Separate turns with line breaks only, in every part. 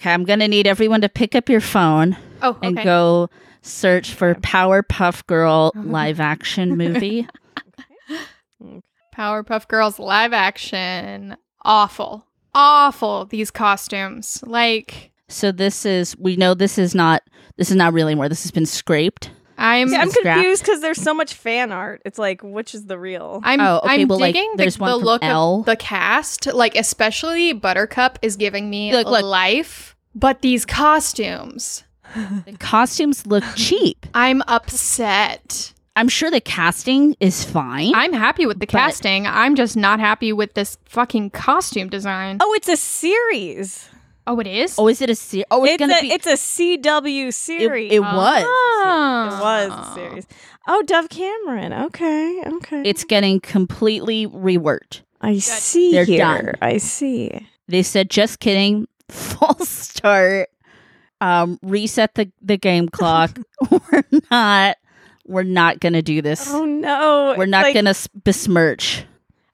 Okay, I'm going to need everyone to pick up your phone
Oh, okay.
and go search for Powerpuff Girl live action movie.
Powerpuff Girls live action. Awful. Awful these costumes. Like
so this is we know this is not this is not really more. This has been scraped.
I'm
Yeah, I'm
Scrapped.
confused because there's so much fan art. It's like, which is the real?
I'm
Oh, okay,
I'm
well, like,
digging
there's
the,
one
the
from
look
Elle.
of the cast, like especially Buttercup is giving me
Look, look.
life, but these costumes,
The costumes look cheap.
I'm upset.
I'm sure the casting is fine.
I'm happy with the
But-
casting. I'm just not happy with this fucking costume design.
Oh, it's a series.
Oh, it is.
oh, is it a series? Oh, it's,
It's,
gonna
a
be.
it's a CW
it,
series. Ah.
it was. Ah.
It was a series. Oh, Dove Cameron. Okay, okay.
It's getting completely reworked.
I see
They're
here.
done.
I see.
They said, just kidding. False start. Um, reset the the game clock. we're not. We're not gonna do this.
Oh no.
we're
it's
not
like-
gonna s- besmirch.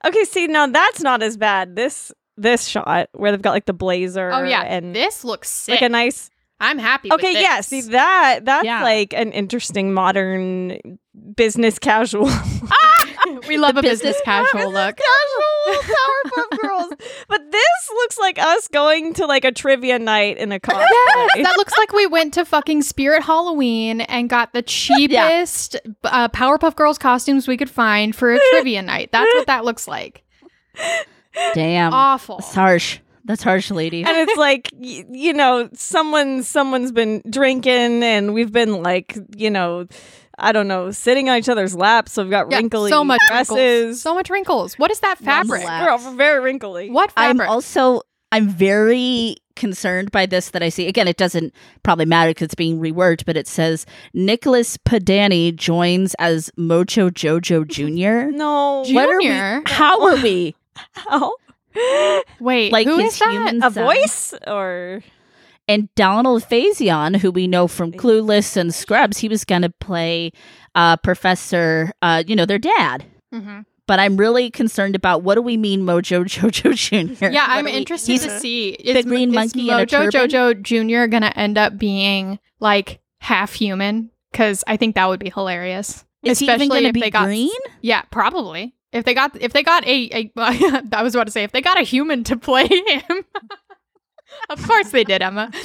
Okay, see, now that's not as bad. This this shot where they've got like the blazer.
Oh yeah,
and
this looks sick.
like a nice.
I'm happy.
Okay,
with
yeah.
this.
See that that's
Yeah.
like an interesting modern business casual.
we love
The
a business
business-
casual look.
Casual Powerpuff Girls. But this looks like us going to like a trivia night in a car.
That looks like we went to fucking Spirit Halloween and got the cheapest uh, Powerpuff Girls costumes we could find for a trivia night. That's what that looks like.
Damn.
Awful.
That's harsh. That's harsh, lady.
and it's like y- you know someone someone's been drinking and we've been like you know i don't know sitting on each other's laps so we've got
Yeah,
wrinkly
so much wrinkles.
dresses
So much wrinkles. What is that fabric?
lap.
we're all very wrinkly
What
I'm
fabric?
also I'm very concerned by this that I see. Again, it doesn't probably matter because it's being reworked, but it says Nicholas Padani joins as Mojo Jojo Jr.
no
Ju-
What are we-
Junior?
how are we?
Wow.
Wait,
Like
who
his
is that?
human
a
son.
voice or
And Donald Faison, who we know from Clueless and Scrubs, he was going to play uh, Professor, uh, you know, their dad.
Mhm.
But I'm really concerned about what do we mean, Mojo Jojo Jr.
Yeah, I'm
What do we-
interested
he's-
to see. Is,
green
is
monkey in a turban?
Mojo Jojo Junior gonna end up being like half human? Because I think that would be hilarious.
Is he even
Especially
going to
if
be
they got
green?
Yeah, probably. If they got if they got a, a I was about to say if they got a human to play him. of course they did, Emma.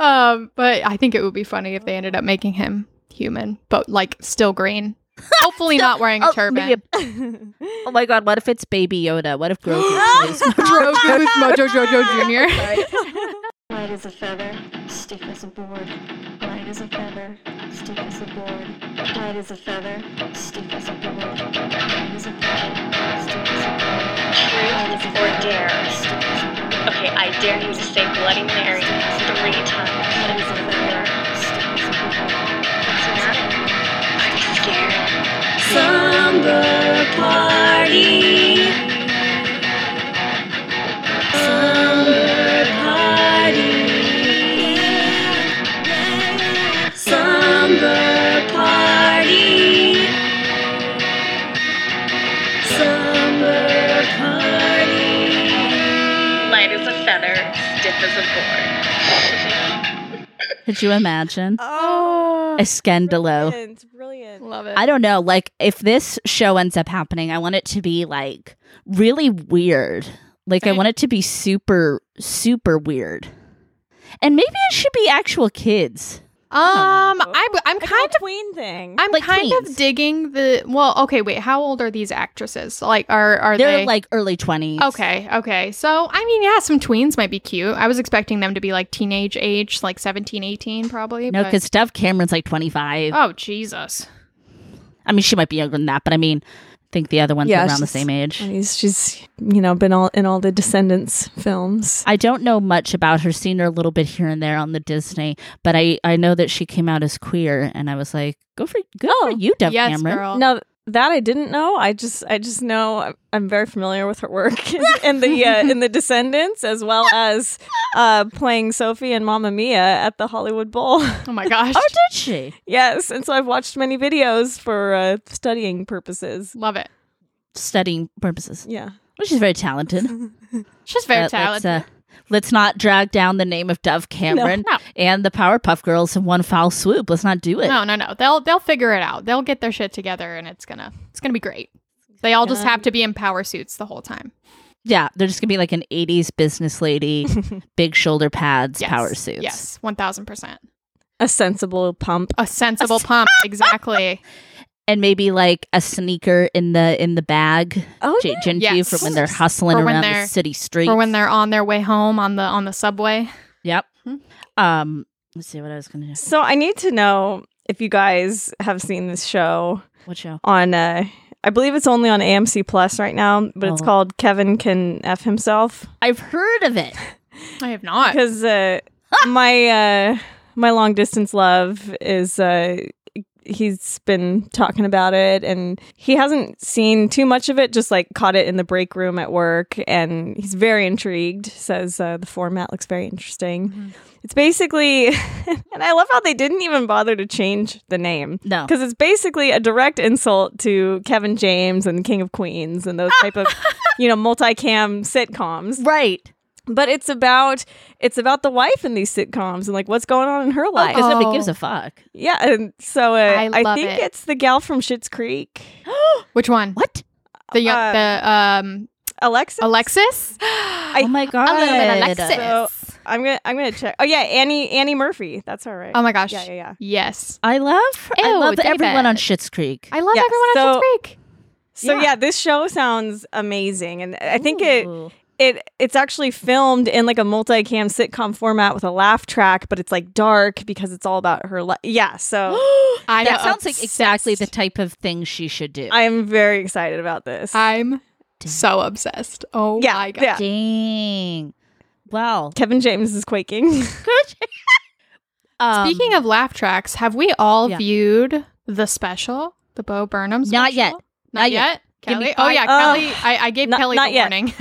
Um, but I think it would be funny if they ended up making him human, but like still green. Hopefully not wearing a
Oh, maybe a-
turban.
Oh my god, what if it's Baby Yoda? What if Grogu plays
Grogu's Mojo Jojo Jr.
Light as a feather, stiff as a board. Light as a feather, stiff as a board. Light as a feather, stiff as a board. Light as a feather, stiff as a board. Light as a
Truth or
feather,
dare?
stiff as a board.
Okay, I dare you to say Bloody Mary three times.
Light as a feather, stiff as a board. Light as a feather,
Are you scared?
Slumber party. Slumber party. Slumber party. Slumber party.
Light as a feather, stiff as a board.
Could you imagine?
oh
A scandalo.
brilliant, brilliant.
Love it.
I don't know. Like, if this show ends up happening, I want it to be like really weird. Like, I want it to be super, super weird. And maybe it should be actual kids.
um I I'm
Like a
kind of
tween thing
I'm
like
kind
tweens.
of digging the well, okay, wait, how old are these actresses? Like are are
They're
they
like early 20s.
Okay, okay. So, I mean, yeah, some tweens might be cute. I was expecting them to be like teenage age, like 17, 18 probably.
No,
but-
because Dove Cameron's like 25.
Oh, Jesus.
I mean, she might be younger than that, but I mean, I think the other one's
Yeah,
around the
she's-
same age.
She's, she's you know been all in all the Descendants films.
I don't know much about her. Seen her a little bit here and there on the Disney, but I I know that she came out as queer, and I was like, go for go for you, Dove
Oh, yes,
Cameron.
girl.
Now that I didn't know, I just I just know I'm- I'm very familiar with her work in, in the uh, in the Descendants as well as uh, playing Sophie and Mamma Mia at the Hollywood Bowl.
Oh, my gosh.
Oh, did she?
yes, and so I've watched many videos for uh, studying purposes.
Love it.
Studying purposes.
Yeah,
Well, she's very talented.
She's very
But let's,
talented.
uh, Let's not drag down the name of Dove Cameron
No.
and the Powerpuff Girls in one foul swoop. Let's not do it.
No, no, no. They'll they'll figure it out. They'll get their shit together, and it's gonna it's gonna be great. They all just
Um,
have to be in power suits the whole time.
Yeah, they're just gonna be like an '80s business lady, big shoulder pads,
Yes.
power suits.
Yes, one thousand percent.
A sensible pump.
A sensible pump, exactly.
and maybe like a sneaker in the in the bag.
Oh,
J- Gen Q
Yes.
for when they're hustling
For when
around
they're-
the city streets.
For when they're on their way home on the on the subway.
Yep.
Hmm.
Um. Let's see what I was gonna do.
So I need to know if you guys have seen this show
What show?
on uh I believe it's only on AMC Plus right now, but it's
Oh.
called Kevin Can F Himself
I've heard of it.
I have not.
because uh my uh my long distance love is uh he's been talking about it and he hasn't seen too much of it just like caught it in the break room at work and he's very intrigued says uh, the format looks very interesting it's basically and i love how they didn't even bother to change the name
No.
because it's basically a direct insult to Kevin James and King of Queens and those type of you know multicam sitcoms.
Right.
But it's about it's about the wife in these sitcoms and like what's going on in her life.
Because nobody
Oh.
gives a fuck.
Yeah, and so uh,
I
I,
love
think
it.
it's the gal from Schitt's Creek,
Which one?
What?
The young,
Uh,
the um
Alexis.
Alexis.
oh my god.
A little bit Alexis.
So- I'm gonna I'm gonna check. Oh yeah, Annie Annie Murphy. That's all right.
oh my gosh.
yeah yeah yeah.
Yes.
I love. Her. I
Ew,
love
David.
everyone on Schitt's Creek.
I love
Yeah,
everyone on
so-
Schitt's Creek.
So
Yeah.
yeah, this show sounds amazing, and I think it
Ooh.
it it's actually filmed in like a multicam sitcom format with a laugh track, but it's like dark because it's all about her life. Yeah, so
I
that
am
sounds like exactly the
obsessed.
type of thing she should do.
I am very excited about this.
I'm so obsessed. Oh
yeah,
my god.
yeah.
Dang. Well.
Kevin James is quaking.
Um,
Speaking of laugh tracks, have we all
yeah.
viewed the special, the Bo Burnham? Special?
Not yet.
Not,
Not yet.
yet.
Give me
Kelly. Oh
five-
yeah,
Oh.
Kelly. I, I gave
Not-
Kelly
not
the
yet.
warning.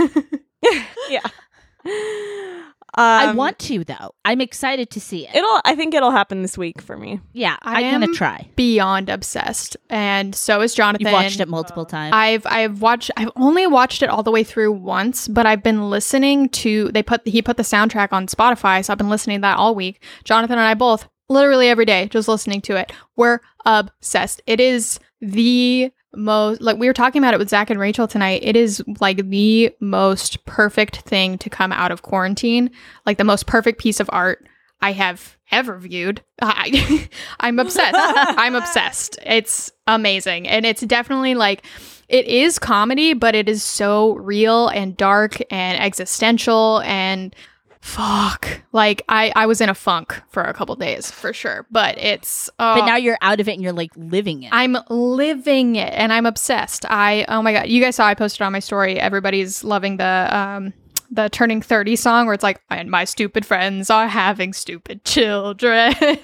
yeah.
I
Um,
want to though. I'm excited to see it.
it'll. I think it'll happen this week for me.
yeah,
I
I'm gonna
am-
try.
Beyond obsessed, and so is Jonathan.
You've watched it multiple times.
I've I've watched I've only watched it all the way through once, but I've been listening to they put he put the soundtrack on Spotify, so I've been listening to that all week. Jonathan and I both literally every day just listening to it. We're obsessed. It is the most like we were talking about it with Zach and Rachel tonight. It is like the most perfect thing to come out of quarantine, like the most perfect piece of art I have ever viewed. I, I'm obsessed. I'm obsessed. It's amazing. And it's definitely like, it is comedy, but it is so real and dark and existential and fuck. Like, I, I was in a funk for a couple days for sure, but it's. Uh,
but now you're out of it and you're like living it.
I'm living it and I'm obsessed. I oh my god, you guys saw I posted on my story everybody's loving the um the turning 30 song where it's like and my stupid friends are having stupid children.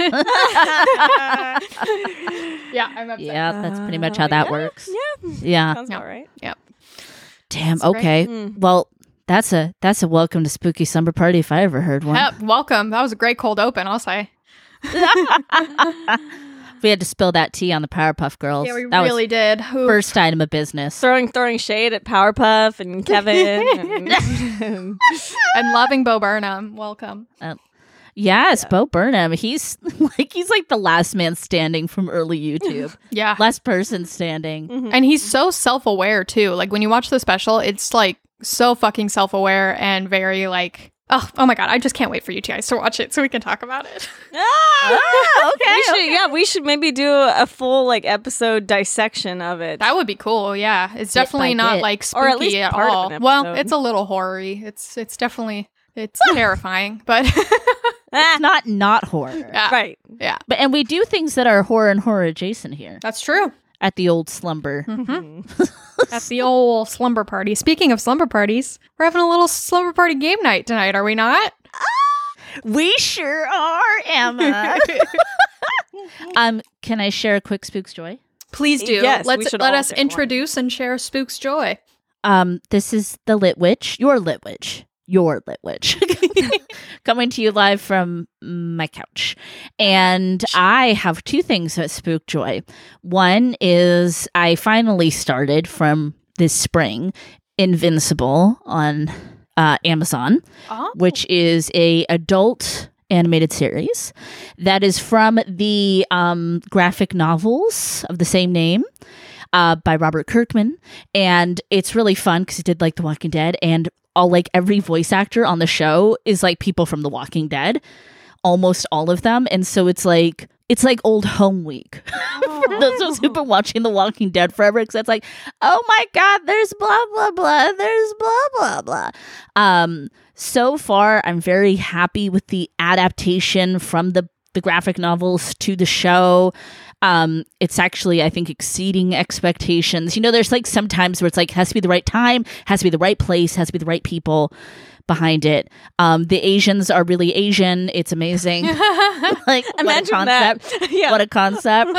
yeah, I'm obsessed.
yeah, that's pretty much how that works.
Yeah,
Yeah.
sounds
uh, Yeah.
all right.
Damn.
great.
Okay.
Mm.
Well, that's a that's a welcome to spooky summer party if I ever heard one.
Yep, welcome. That was a great cold open, I'll say.
We had to spill that tea on the Powerpuff Girls.
Yeah, we
that
really
was
did. Ooh.
first item of business.
Throwing throwing shade at Powerpuff and Kevin. and-
and loving Bo Burnham. Welcome.
Yes, Bo Burnham. He's like he's like the last man standing from early YouTube.
Yeah.
last person standing.
And he's so self aware too. Like when you watch the special, it's like so fucking self aware and very like oh oh my god, I just can't wait for you guys to watch it so we can talk about it.
Ah, okay.
we should, yeah, we should maybe do a full like episode dissection of it.
That would be cool, yeah. It's
Bit
definitely
by
not
bit.
like spooky
Or at least
at
part of
all.
an
Well,
episode.
it's a little horror It's it's definitely it's terrifying, but
It's not not horror.
Ah. yeah,
right.
But and we do things that are horror and horror adjacent here
that's true.
at the old slumber.
Mm.
That's the old slumber party. Speaking of slumber parties, we're having a little slumber party game night tonight, are we not? Mm-hmm.
We sure are, Emma. um, can I share a quick spooks joy?
Please do.
Yes, we
Let's
should
let
all
us
get one.
introduce and share Spook's joy.
Um, this is the Lit Witch, your Lit Witch, your Lit Witch, coming to you live from my couch. And I have two things that spook joy. One is I finally started from this spring Invincible on uh, Amazon,
Oh.
which is a adult animated series that is from the um, graphic novels of the same name uh, by Robert Kirkman, and it's really fun because he did like The Walking Dead, and all like every voice actor on the show is like people from The Walking Dead, almost all of them, and so it's like. It's like old home week for those of us who've been watching The Walking Dead forever, because it's like, oh my god, there's blah blah blah, there's blah blah blah. Um, so far, I'm very happy with the adaptation from the the graphic novels to the show. Um, it's actually, I think, exceeding expectations. You know, there's like sometimes where it's like has to be the right time, has to be the right place, has to be the right people behind it. Um, the Asians are really Asian. It's amazing. like what a
Imagine that.
concept
yeah.
what a concept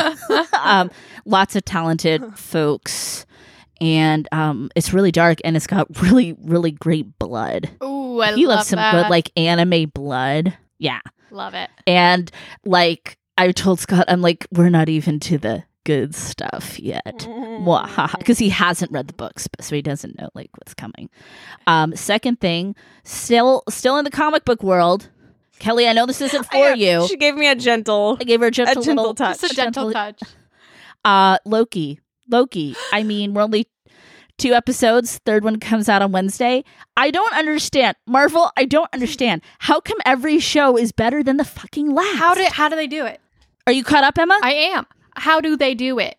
um, lots of talented folks and um, it's really dark and it's got really really great blood
Ooh, I
he
love
loves some
that.
good like anime blood yeah
love it.
and like i told scott i'm like we're not even to the good stuff yet
Mm.
because he hasn't read the books so he doesn't know like what's coming um, second thing still still in the comic book world kelly i know this isn't for
I-
you
She gave me a gentle,
i gave her a
a
gentle,
gentle
little
touch.
Just a gentle touch.
uh loki loki i mean we're only two episodes third one comes out on wednesday i don't understand marvel i don't understand how come every show is better than the fucking last
How do how do they do it?
are you caught up emma
I am. How do they do it?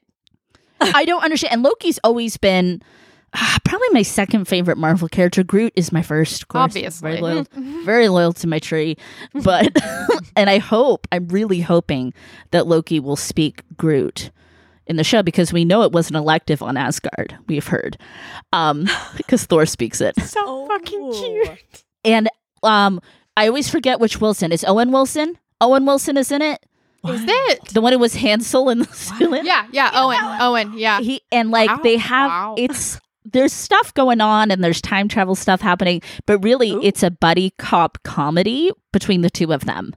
i, don't understand and loki's always been ah, probably my second favorite marvel character groot is my first of course.
Obviously.
very
Mhm.
loyal very loyal to my tree but and i hope i'm really hoping that loki will speak groot in the show because we know it was an elective on asgard we've heard um because thor speaks it
So
Oh.
fucking cute.
and um i always forget which wilson is owen wilson owen wilson is in it
Is it?
the one who was hansel in the Silent-
Yeah, yeah, Owen. Owen, yeah.
he and like
Wow.
they have
Wow.
it's there's stuff going on and there's time travel stuff happening but really it's a buddy cop comedy between the two of them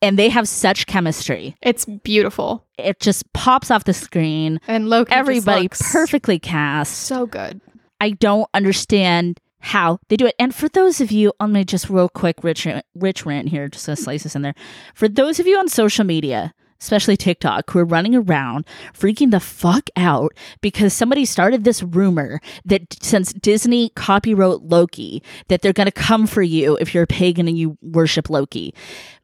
and they have such chemistry
It's beautiful.
it just pops off the screen
And Loki just
everybody
looks
perfectly cast
So good.
i don't understand how they do it and for those of you i'm gonna just real quick rich rich rant here just gonna slice this in there for those of you on social media especially TikTok, who are running around freaking the fuck out because somebody started this rumor that since Disney copywrote Loki, that they're going to come for you if you're a pagan and you worship Loki.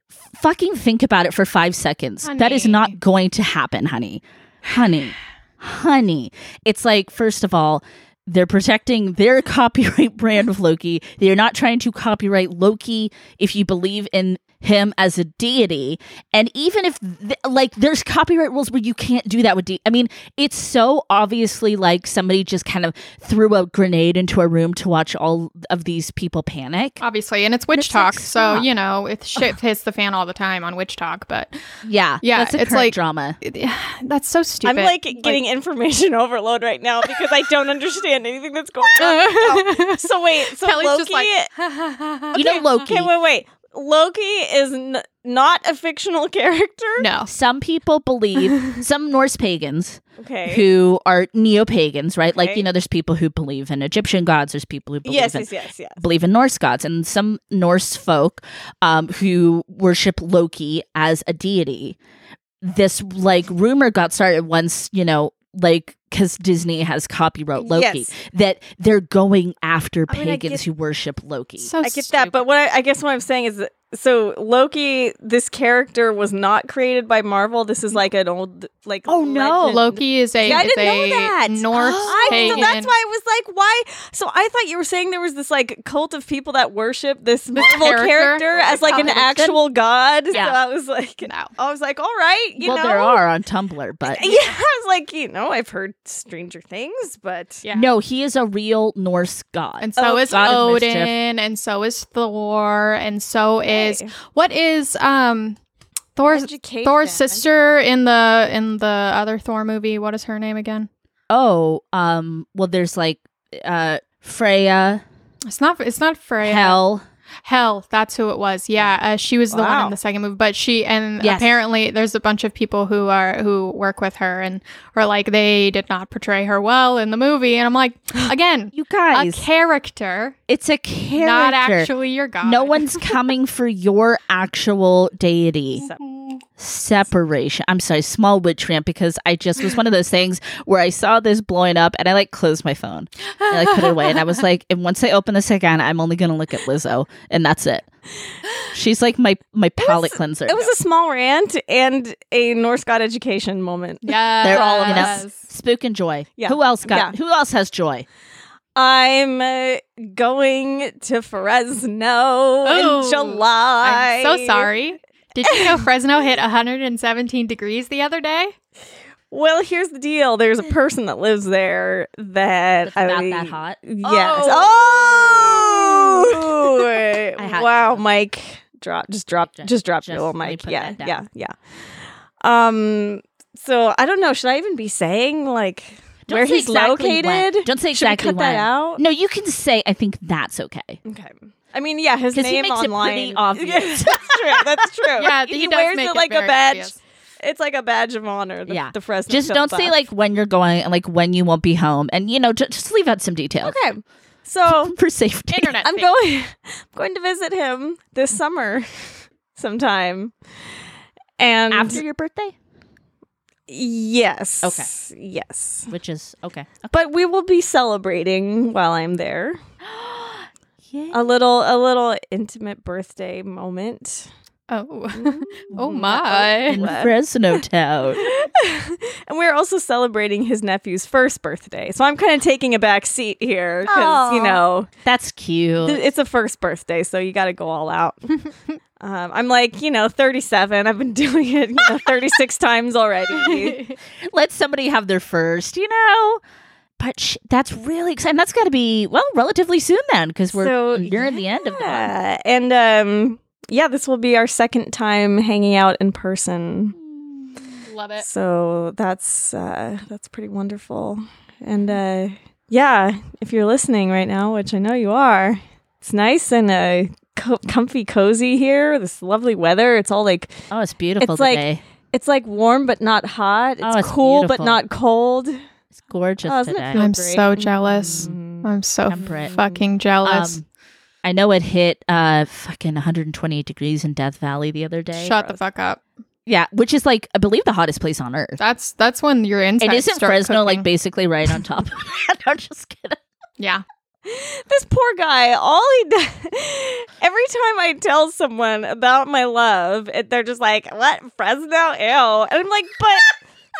Fucking think about it for five seconds. That is
Honey.
not going to happen, honey. Honey. Honey. It's like, first of all, they're protecting their copyright brand of Loki. They're not trying to copyright Loki if you believe in him as a deity. And even if, th- like, there's copyright rules where you can't do that with. De- I mean, it's so obviously like somebody just kind of threw a grenade into a room to watch all of these people panic.
Obviously. And it's witch
It's like,
talk, so
stop.
you know, if shit hits the fan all the time on witch talk, but
Yeah,
Yeah,
that's a
it's
current
like-
drama.
that's so stupid.
I'm like getting information overload right now because I don't understand anything that's going on. So wait, oh, so
Kelly's
Loki.
just like
you know, Loki.
Okay, wait, wait. Loki is n- not a fictional character.
No.
Some people believe some Norse pagans
Okay.
who are neo pagans, right? Like
Okay.
you know, there's people who believe in Egyptian gods. There's people who believe
yes,
in
yes, yes, yes.
believe in Norse gods, and some Norse folk um, who worship Loki as a deity. This like rumor got started once, you know, like because Disney has copyright Loki
Yes.
that they're going after
I mean, I
pagans
get-
who worship Loki.
So
I get that, but what I, I guess what I'm saying is, that, so Loki, this character was not created by Marvel. This is like an old, like
Oh, no.
legend.
Loki is a
Yeah, I
is
didn't know
a
that.
Norse
I,
pagan.
so that's why I was like, why? So I thought you were saying there was this like cult of people that worship this Marvel character,
character?
as like an
Cult of
actual god. So
Yeah.
I was like,
No.
I was like, all right, you
well,
know. eh,
there are on Tumblr,
Uh,
but
Yeah, I was like, you know, I've heard Stranger Things, but
Yeah.
no, he is a real Norse god.
And so
Oh,
is
God of mischief.
Odin, and so is Thor, and so is
Hey.
what is um Thor's
Educate
Thor's
them.
sister in the in the other Thor movie. What is her name again?
oh, um, well, there's like uh, Freya,
It's not. It's not Freya.
Hel,
Hell, that's who it was. Yeah, uh, she was the one
Wow.
in the second movie, but she and
Yes.
apparently there's a bunch of people who are who work with her and are like they did not portray her well in the movie, and I'm like, again,
You
a
guys,
character,
it's a character.
not actually your god.
No one's coming for your actual deity.
Sep-
Separation. I'm sorry, small witch rant because I just was one of those things where I saw this blowing up and I like closed my phone. I like put it away and I was like, and once I open this again, I'm only gonna look at Lizzo and that's it. She's like my my palate cleanser.
It was a small rant and a Norse god education moment.
Yeah,
They're all in us. Spook and joy.
Yeah.
Who else got
Yeah.
who else has joy?
I'm uh, going to Fresno
Oh,
in July.
I'm so sorry. Did you know Fresno hit 117 degrees the other day?
Well, here's the deal. There's a person that lives there that
That's about
I-
that hot.
Yes. Oh,
I had to.
wow, Mike. Drop. Just drop.
Ju-
Just drop
just
your little
let me
mic.
put
Yeah.
that down.
Yeah. Yeah. Um. So I don't know. Should I even be saying like
Don't
where
say
he's
exactly when.
located?
Don't say
Should we
exactly
cut that
when.
out?
No, you can say I think that's okay.
Okay. I mean, yeah, his
'Cause he
name
makes it pretty
online.
obvious.
that's true. That's true.
Yeah, he does
wears
make
it
it
like a
very
badge.
obvious.
It's like a badge of honor. The,
Yeah.
The Fresno.
Just
Film
don't say
Buff.
like when you're going and like when you won't be home, and you know ju- just leave out some details
Okay. So
for safety.
Internet.
I'm
fake.
going. I'm going to visit him this summer, sometime. And
after your birthday,
yes.
Okay.
Yes.
which is okay.
But we will be celebrating while I'm there.
Yeah.
A little, a little intimate birthday moment.
Oh, oh my!
In Fresno town.
and we're also celebrating his nephew's first birthday. So I'm kind of taking a back seat here because, you
Aw.
know,
That's
th-
cute.
it's a first birthday. So you got to go all out. um, I'm like, you know, 37. I've been doing it you know, 36 times already.
Let somebody have their first, you know. But sh- that's really exciting. That's got to be well, relatively soon then, because we're
So,
near the end of that.
Yeah. And um, yeah, this will be our second time hanging out in person.
Love
Uh,
it.
So that's uh, that's pretty wonderful. And uh, yeah, if you're listening right now, which I know you are, it's nice and uh, co- comfy, cozy here. This lovely weather. It's all like
Oh, it's beautiful
It's like-
today.
it's like warm but not hot. It's,
Oh, it's
cool but
beautiful.
not cold.
it's gorgeous
Oh, isn't it
today.
feel
I'm
great.
so jealous.
Mm.
I'm so
Temperate.
fucking jealous.
Um, I know it hit uh fucking 128 degrees in Death Valley the other day.
Shut the fuck up.
yeah, which is like I believe the hottest place on earth.
That's that's when your
And
inside.
isn't
start
Fresno like
cooking.
basically right on top? of it? I'm just kidding.
yeah.
This poor guy, all he does, every time I tell someone about my love, it, they're just like, "What Fresno? Ew!" And I'm like, "But,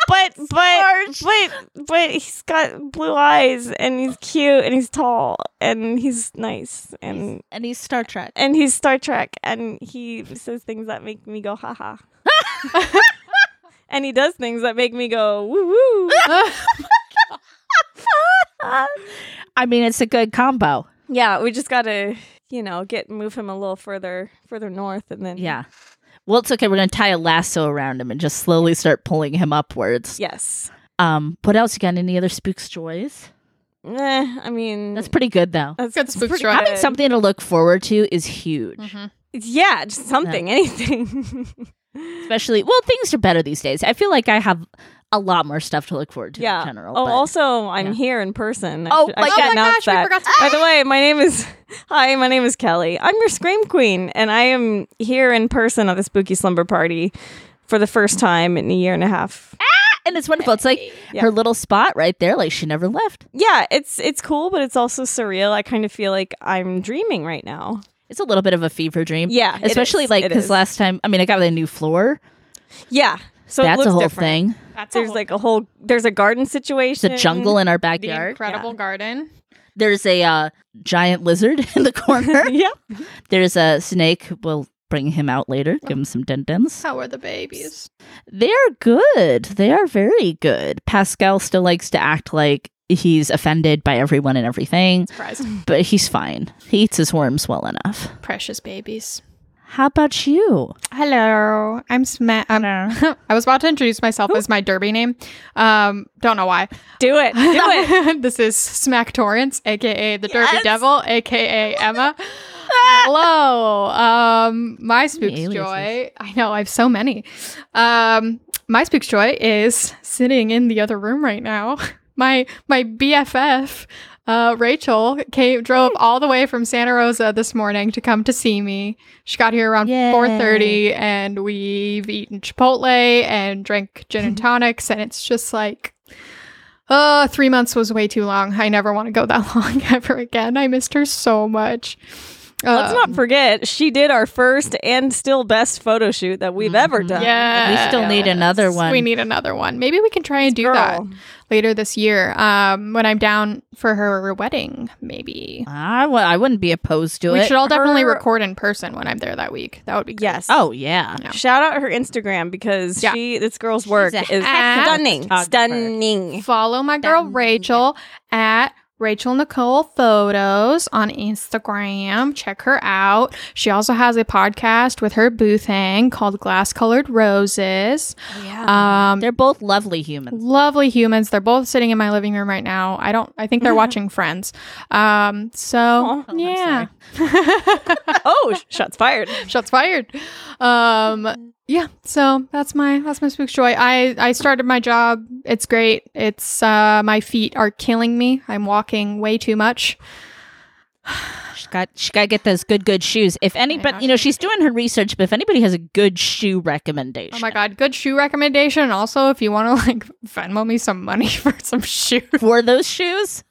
but, but, but, but he's got blue eyes and he's cute and he's tall and he's nice and
And he's Star Trek.
and he's Star Trek and he says things that make me go haha." And he does things that make me go woo woo.
I mean, it's a good combo.
yeah, we just gotta, you know, get move him a little further further north and then
Yeah. Well, it's okay. We're gonna tie a lasso around him and just slowly start pulling him upwards.
Yes.
Um. What else? You got any other spooks joys?
Eh, I mean,
That's pretty good though.
that's
Good spook
pretty
joy.
good.
Having something to look forward to is huge.
Yeah, just something, anything.
Especially, well, things are better these days. I feel like I have a lot more stuff to look forward to
yeah.
in general.
oh,
but-
also, I'm
yeah.
here in person. I
Oh,
should-
my
I should
God.
Oh my
announce
gosh, we
that.
forgot to-
By the way, my name is Hi, my name is Kelly. I'm your scream queen, and I am here in person at the Spooky Slumber Party for the first time in a year and a half.
and it's wonderful. It's like
Yeah.
her little spot right there. Like she never left.
Yeah, it's it's cool, but it's also surreal. I kind of feel like I'm dreaming right now.
It's a little bit of a fever dream.
Yeah, it
Especially
is.
like
It
because
is.
last time, I mean, I got a new floor.
Yeah, so it
That's a
looks
whole
different. Mm-hmm.
thing.
That's
There's like a whole there's a garden
There's
situation.
a jungle in our
the
backyard.
incredible garden.
There's a uh, giant lizard in the corner.
yeah.
There's a snake. We'll bring him out later. Give him some din dins.
How are the babies?
They're good. They are very good. Pascal still likes to act like he's offended by everyone and everything,
Surprised.
but he's fine. He eats his worms well enough.
Precious babies.
How about you?
Hello, I'm Sma. I'm- I was about to introduce myself as my derby name. Um, don't know why.
Do it. Do it.
this is Smack Torrance, aka the Derby Devil, aka Emma. Hello. Um, my spooks
aliases.
joy. I know I have so many. Um, my spooks joy is sitting in the other room right now. My my BFF, uh, Rachel came drove all the way from Santa Rosa this morning to come to see me. She got here around
Yay.
four thirty, and we've eaten Chipotle and drank gin and tonics, and it's just like uh, three months was way too long. I never want to go that long ever again. I missed her so much. Uh,
Let's
Um,
not forget, she did our first and still best photo shoot that we've
Mm-hmm.
ever done.
Yeah,
We still need another one.
We need another one. Maybe we can try and do
Girl.
that later this year. Um, when I'm down for her wedding, maybe
I w- I wouldn't be opposed to
we
it.
should all definitely
her-
record in person when I'm there that week. That would be great.
Yes.
oh yeah.
Yeah.
Shout out her Instagram because
Yeah.
she this girl's work
a
is
heck of a
stunning.
photographer.
Stunning.
Follow my girl Rachel at Rachel Nicole Photos on Instagram. Check her out. She also has a podcast with her boo thing called Glass Colored Roses. Yeah. Um,
Uh-huh. They're both lovely humans.
lovely humans. They're both sitting in my living room right now. I don't. I think they're watching Friends. Um. So
I'm
yeah.
Oh, sh- shots fired.
Shots fired. Um. Yeah. So that's my that's my spooks joy. I I started my job. It's great. It's uh my feet are killing me. I'm walking way too much.
She got she got to get those good good shoes. If anybody, you know, she's doing her research, but if anybody has a good shoe recommendation,
Oh my god. Good shoe recommendation. Also, if you want to like Venmo me some money for some shoes.
for those shoes,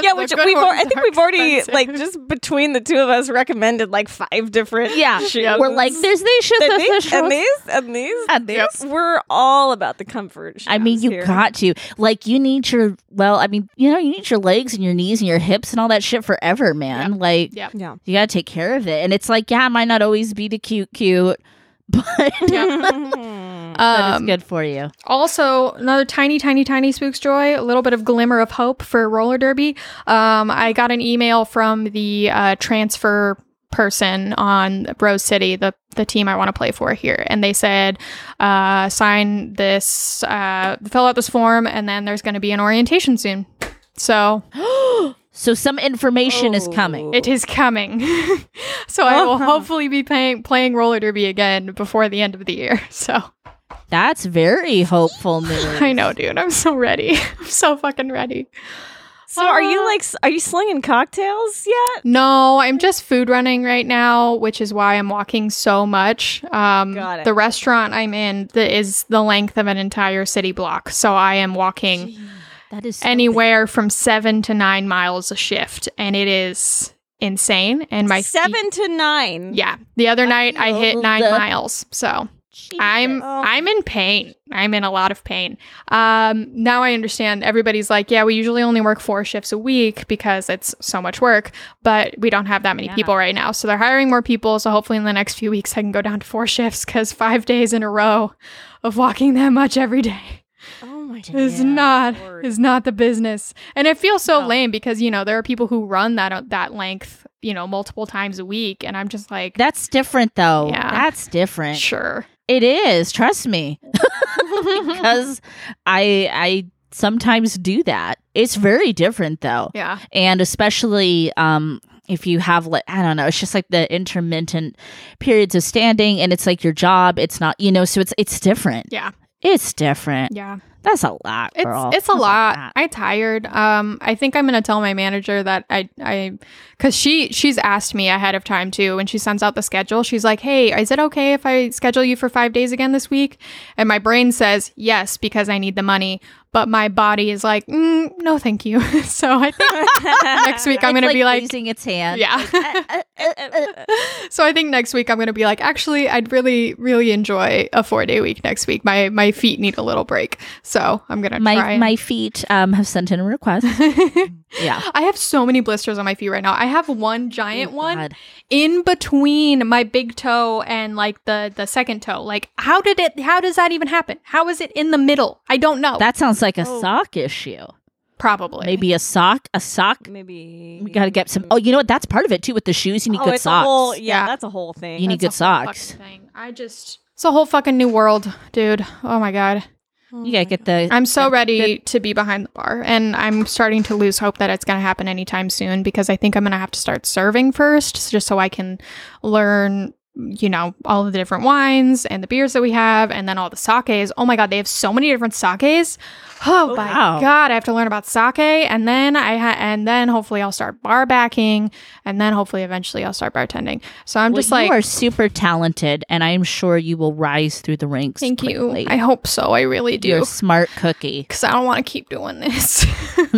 Yeah, which we've al- I think we've already like just between the two of us recommended like five different
yeah,
shoes.
we're like, there's these shoes,
and
there's those
these,
shoes.
and these and these
And these.
We're all about the comfort.
I mean,
shots
you
here.
got to like you need your well. I mean, you know, you need your legs and your knees and your hips and all that shit forever, man. Like,
Yeah.
Yeah.
you gotta take care of it. And it's like, yeah, it might not always be the cute, cute, but, but it's
Um,
good for you.
Also, another tiny, tiny, tiny spooks joy, a little bit of glimmer of hope for roller derby. Um, I got an email from the uh, transfer person on Rose City, the, the team I want to play for here, and they said, uh, sign this, uh, fill out this form, and then there's going to be an orientation soon. So
So some information is coming.
it is coming. so I will hopefully be playing playing roller derby again before the end of the year. So
That's very hopeful news.
Oh. I know, dude. I'm so ready. I'm so fucking ready.
So are you like s- are you slinging cocktails yet?
No, I'm just food running right now, which is why I'm walking so much. Um,
Got it.
The restaurant I'm in the, is the length of an entire city block, so I am walking
That is something.
anywhere from seven to nine miles a shift, and it is insane. And my feet-
Seven to nine.
yeah, the other night I hit nine
the-
miles, so
Jesus.
I'm
Oh.
I'm in pain. I'm in a lot of pain. Um, now I understand. Everybody's like, yeah, we usually only work four shifts a week because it's so much work, but we don't have that many
Yeah.
people right now. So they're hiring more people. So hopefully in the next few weeks I can go down to four shifts because five days in a row of walking that much every day
Oh my god.
is
Yeah.
not
Lord.
is not the business. And it feels so
No.
lame because you know there are people who run that uh, that length you know multiple times a week, and I'm just like,
That's different though.
Yeah.
That's different.
sure.
It is, trust me. because I I sometimes do that. It's very different though.
Yeah.
and especially um if you have like i don't know it's just like the intermittent periods of standing and it's like your job it's not you know so it's it's different
Yeah.
it's different
Yeah.
that's a lot
It's
girl.
it's a
That's
lot. I tired. Um, I think I'm gonna tell my manager that I I, cause she she's asked me ahead of time too. When she sends out the schedule, she's like, "Hey, is it okay if I schedule you for five days again this week?" And my brain says yes because I need the money, but my body is like, mm, "No, thank you." so I think next week I'm
It's
gonna be like,
using its uh, hand
yeah. so I think next week I'm gonna be like, actually, I'd really, really enjoy a four day week next week. My my feet need a little break, so I'm gonna try
my
and-
my feet um have sent in a request yeah
I have so many blisters on my feet right now. I have one giant one
Oh, God.
in between my big toe and like the the second toe. Like how did it how does that even happen? How is it in the middle? I don't know.
that sounds like a sock issue
Probably.
Maybe a sock, a sock.
Maybe
Mm-hmm.
We got to get some. Oh, you know what? That's part of it too with the shoes. You need
Oh,
good
it's a whole,
socks.
yeah,
Yeah.
that's a whole thing.
You need good
That's a whole fucking
socks.
thing. I just. It's a whole fucking new world, dude. Oh my god.
You
Oh
gotta get the.
I'm so ready to be behind the bar, and I'm starting to lose hope that it's going to happen anytime soon because I think I'm going to have to start serving first, s- just so I can learn, you know, all of the different wines and the beers that we have, and then all the sakes. Oh my god, they have so many different sakes. Oh, my
wow.
god, I have to learn about sake, and then I ha- and then hopefully I'll start bar backing, and then hopefully eventually I'll start bartending. So I'm
Well,
just like,
you are super talented, and I am sure you will rise through the ranks.
thank
quickly.
you. I hope so. I really
You're
do.
a smart cookie.
Because I don't want to keep doing this.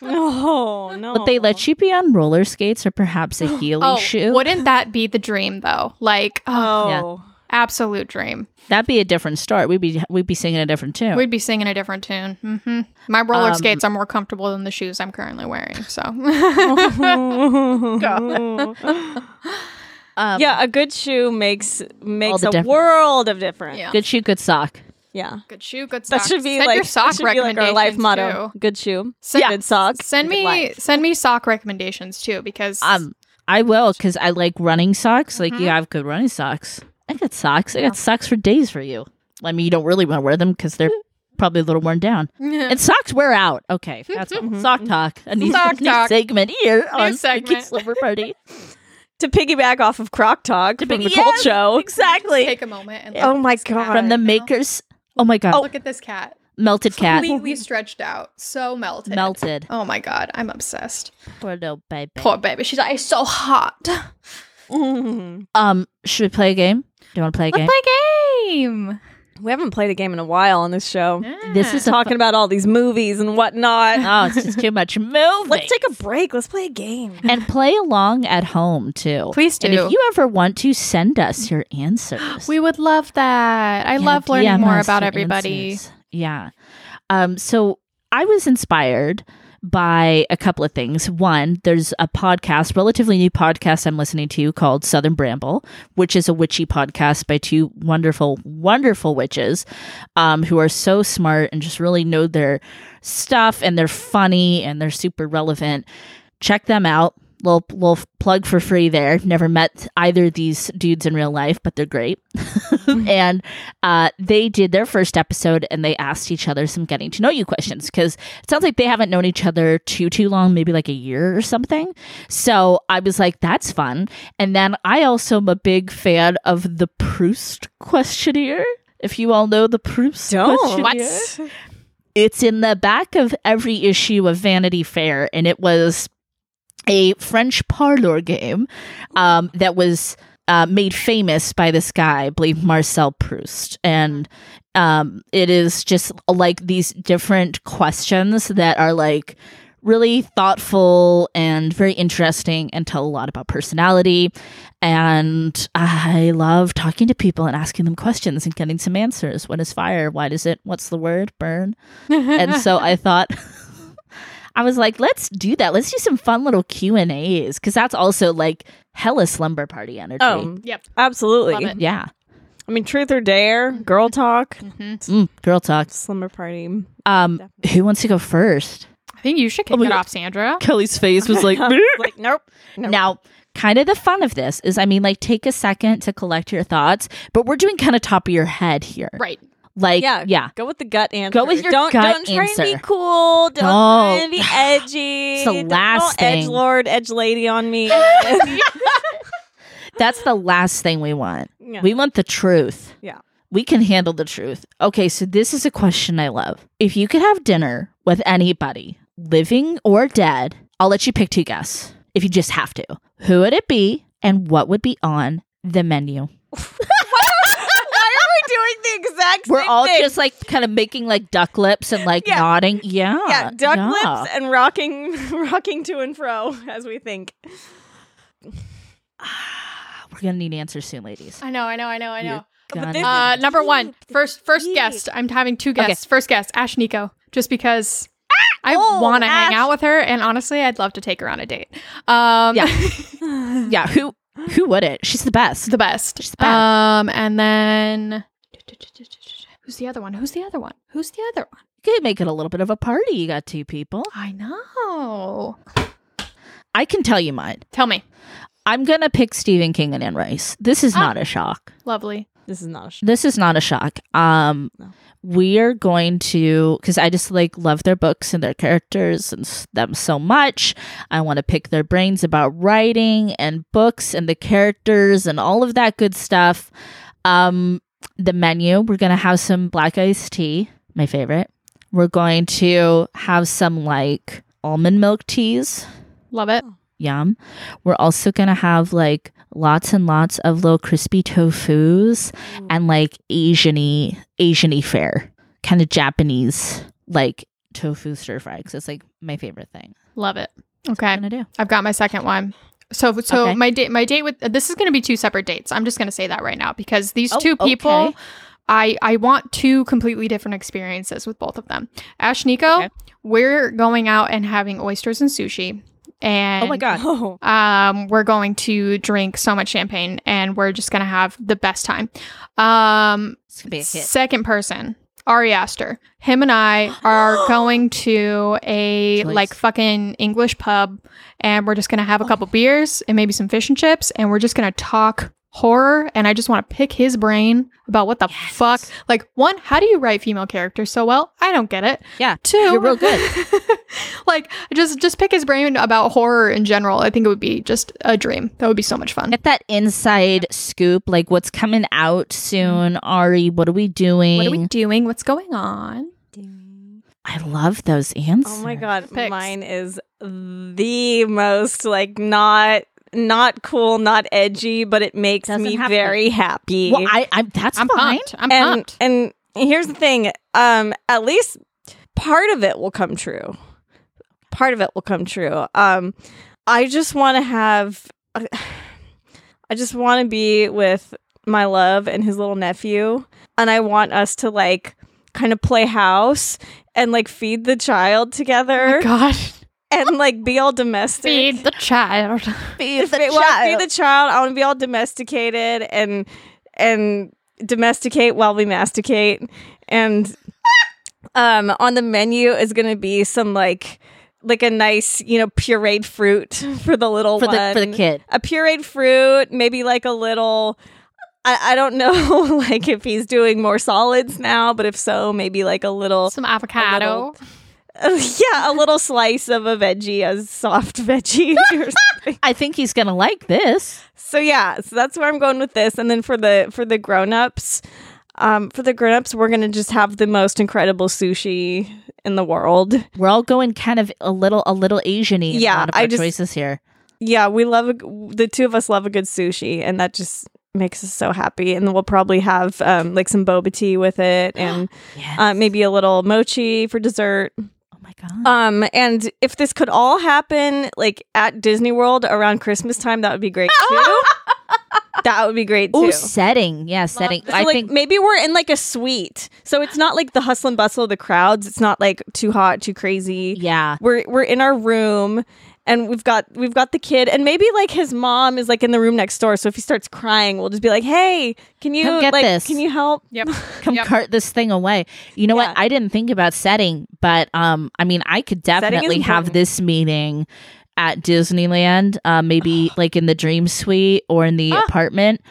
No, no.
But they let you be on roller skates or perhaps a heely
Oh,
shoe.
Wouldn't that be the dream though? Like, oh,
Oh,
absolute dream.
That'd be a different start. We'd be we'd be singing a different tune.
We'd be singing a different tune. hmm My roller
Um,
skates are more comfortable than the shoes I'm currently wearing. So,
um,
yeah, a good shoe makes makes
the
a
difference.
world of difference.
yeah,
Good shoe, good sock.
Yeah.
good shoe, good
That
socks.
should be
Send
like
your
that
sock
should be like our life
recommendations,
motto.
too.
Good shoe,
Send-
good sock.
Send
good
me
life.
send me sock recommendations too because
Um, I will because I like running socks. Like
Mm-hmm.
you have good running socks. I got socks. I got socks for days for you. I mean, you don't really want to wear them because they're probably a little worn down. and socks wear out. Okay, that's all. sock talk. A new,
Mm-hmm. Sock
new
talk.
segment here on
segment.
Silver Party.
to piggyback off of Croc Talk from the
piggy-
Cold
yes,
Show.
Exactly.
take a moment and
Oh
look
my
at this cat.
God.
From the makers. Oh my god,
Look at this cat,
melted cat.
completely stretched out, so melted,
Melted.
Oh my god, I'm obsessed.
Poor little baby.
Poor baby, she's like "It's so hot.
Mm.
Um, should we play a game? Do you want to play a game?
Let's play a game.
We haven't played a game in a while on this show.
This is a
Talking about all these movies and whatnot.
Oh, it's just too much moving.
Let's take a break. Let's play a game.
and play along at home too.
Please
And
do.
if you ever want to send us your answers,
We would love that. I
Yeah,
love learning
DM
more
us
about
your
everybody.
answers. Yeah. Um. So I was inspired by a couple of things. One, there's a podcast, relatively new podcast I'm listening to called Southern Bramble, which is a witchy podcast by two wonderful, wonderful witches um, who are so smart and just really know their stuff and they're funny and they're super relevant. Check them out. Little, little plug for free there. Never met either of these dudes in real life, but they're great. and uh, they did their first episode and they asked each other some getting to know you questions because it sounds like they haven't known each other too, too long, maybe like a year or something. So I was like, that's fun. And then I also am a big fan of the Proust questionnaire. If you all know the Proust
Don't.
questionnaire, it's in the back of every issue of Vanity Fair, and it was a French parlor game um, that was uh, made famous by this guy, I believe Marcel Proust, and um, it is just like these different questions that are like really thoughtful and very interesting and tell a lot about personality and i love talking to people and asking them questions and getting some answers what is fire why does it what's the word burn and so I thought I was like, let's do that. Let's do some fun little Q and A's because that's also like hella slumber party energy.
Oh,
Yep. Love
absolutely.
it.
yeah,
I mean, truth or dare, girl talk,
mm, girl talk.
slumber party.
Um, who wants to go first?
I think you should kick
Oh my
it
God.
off, Sandra.
Kelly's face was like,
Um, like, nope. nope.
now. Kind of the fun of this is, I mean, like, take a second to collect your thoughts, but we're doing kind of top of your head here.
Right.
Like,
yeah,
yeah. yeah.
Go with the gut answer.
Go with your
don't,
gut
Don't try and
answer.
be cool. Don't try
Don't.
and be edgy.
It's the last
edge
thing.
lord, edge lady on me.
That's the last thing we want.
Yeah.
We want the truth.
Yeah.
We can handle the truth. Okay, so this is a question I love. If you could have dinner with anybody, living or dead, I'll let you pick two guests if you just have to. Who would it be and what would be on the menu?
Why are we doing the exact
We're
same
all
thing?
just like kind of making like duck lips and like
Yeah.
nodding. Yeah.
yeah, duck
yeah.
lips and rocking, rocking to and fro as we think.
We're going to need answers soon, ladies.
I know, I know, I know, I
You're
know.
gonna-
this-
Uh, number one,
Deep,
first first
deep.
guest. I'm having two
Okay.
guests. First guest, Ash Nico, just because I
Oh,
want to
Ash.
hang out with her, and honestly, I'd love to take her on a date. Um,
Yeah. yeah, who who would it? She's the best.
Um, the best.
the best.
Um, and then Who's the other one? Who's the other one? Who's the other one?
You could make it a little bit of a party. You got two people.
I know.
I can tell you mine.
Tell me.
I'm going to pick Stephen King and Anne Rice. This is
Uh,
Ah.
not a shock.
Lovely.
This is not a sh-
This is not a shock. Um
No.
we are going to cuz I just like love their books and their characters and s- them so much. I want to pick their brains about writing and books and the characters and all of that good stuff. Um the menu, we're going to have some black iced tea, my favorite. We're going to have some like almond milk teas.
Love it.
Yum. We're also going to have like lots and lots of little crispy tofus and like Asian-y, Asian-y fare, kind of Japanese like tofu stir fry because it's like my favorite thing.
Love it.
I'm
Okay.
going to do.
I've got my second one. So so
Okay.
my date my date with this is going to be two separate dates. I'm just going to say that right now because these
Oh,
two people
okay.
I I want two completely different experiences with both of them. Ash Nico,
Okay.
we're going out and having oysters and sushi and
Oh my God.
Oh,
um, we're going to drink so much champagne and we're just going to have the best time. Um,
It's going to be a hit.
second person, Ari Aster. Him and I are going to a
Choice.
like fucking English pub and we're just going to have a
Oh.
couple beers and maybe some fish and chips and we're just going to talk horror and I just want to pick his brain about what the fuck like one how do you write female characters so well? I don't get it.
Yeah.
Two
You're real good.
like just just pick his brain about horror in general. I think it would be just a dream. That would be so much fun.
Get that inside scoop, like what's coming out
Mm.
soon, Ari. What are we doing?
What are we doing? What's going on?
I love those answers.
oh my god,
Picks.
mine is the most like not not cool, not edgy, but it makes
Doesn't
me
have to-
very happy.
Well, I, I that's
I'm
fine.
pumped. I'm
and
pumped.
and here's the thing um at least part of it will come true part of it will come true um i just want to have i just want to be with my love and his little nephew and i want us to like kind of play house and like feed the child together
Gosh,
and like be all domestic
feed the child.
if it was be the child, I want to be all domesticated and and domesticate while we masticate. And um, on the menu is going to be some like like a nice you know pureed fruit for the little
for
one
the for the kid.
a pureed fruit, maybe like a little. I, I don't know, like if he's doing more solids now, but if so, maybe like a little,
Some avocado.
yeah, a little slice of a veggie, a soft veggie or something.
I think he's gonna like this.
So yeah, so that's where I'm going with this. And then for the for the grown-ups, um, for the grown-ups, we're gonna just have the most incredible sushi in the world.
We're all going kind of a little a little Asian-y in
Yeah,
a lot of
I
our
just-
choices here.
Yeah, we love a, the two of us love a good sushi, and that just makes us so happy. And we'll probably have um, like some boba tea with it, and
Yes.
uh, maybe a little mochi for dessert.
oh my god.
Um, and if this could all happen like at Disney World around Christmas time, that would be great too. that would be great too.
oh, setting. Yeah, setting.
So,
I
like,
think
maybe we're in like a suite, so it's not like the hustle and bustle of the crowds. It's not like too hot, too crazy.
yeah.
We're we're in our room, and we've got we've got the kid, and maybe like his mom is like in the room next door. So if he starts crying, we'll just be like, "Hey, can you
Come get
like
this."
can you help?"
Yep.
Come
Yep.
cart this thing away. You know
Yeah.
what? I didn't think about setting, but um I mean I could
Setting is
definitely have
important.
this meeting at Disneyland, uh, maybe like in the dream suite or in the
Ah.
apartment.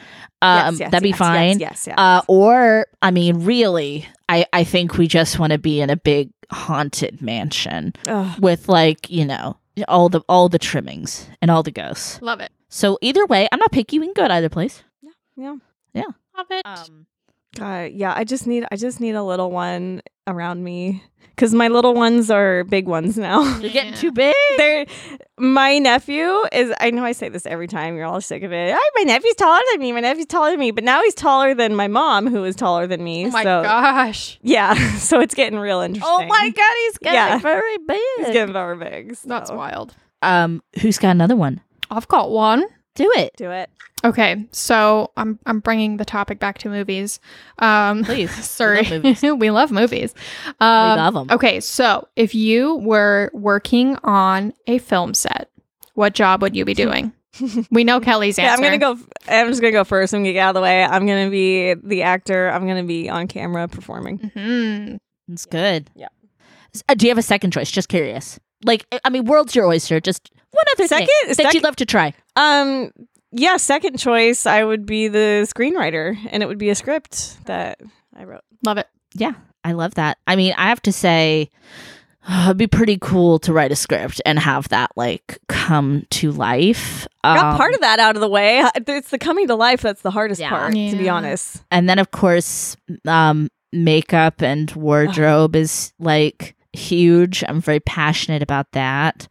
Um
Yes, yes,
that'd be
yes,
fine.
Yes, yes. yes.
Uh, or, I mean, really, I, I think we just want to be in a big haunted mansion
Ugh.
with like you know all the all the trimmings and all the ghosts.
Love it.
So either way, I'm not picky. We can go to either place.
Love it.
Um,
God, yeah. I just need I just need a little one around me because my little ones are big ones now.
they're getting too big.
They're, my nephew is I know I say this every time you're all sick of it. "Ah, my nephew's taller than me. My nephew's taller than me, but now he's taller than my mom who is taller than me.
Oh my Oh
so
gosh.
yeah, so it's getting real interesting.
god, he's
getting Yeah.
very big.
It's getting very big. So.
That's wild.
um, who's got another one?
I've got one.
Do it,
Do it.
Okay, so I'm I'm bringing the topic back to movies. Um,
please.
Sorry,
We love movies.
we love movies.
We
Um,
love 'em.
Okay, so if you were working on a film set, what job would you be doing? We know Kelly's answer.
Yeah, I'm gonna go. f- I'm just gonna go first. I'm gonna get out of the way. I'm gonna be the actor. I'm gonna be on camera performing.
Mhm.
It's good.
Yeah.
S- uh, do you have a second choice? Just curious. Like, I- I mean, world's your oyster. Just one other thing
Second-
that
second-
you'd love to try.
Um, yeah. Second choice, I would be the screenwriter, and it would be a script that I wrote.
Love it.
Yeah, I love that. I mean, I have to say, it'd be pretty cool to write a script and have that like come to life.
Got
Um,
part of that out of the way. It's the coming to life that's the hardest
Yeah.
part, to be
Yeah.
honest.
and then of course um makeup and wardrobe is like huge i'm very passionate about that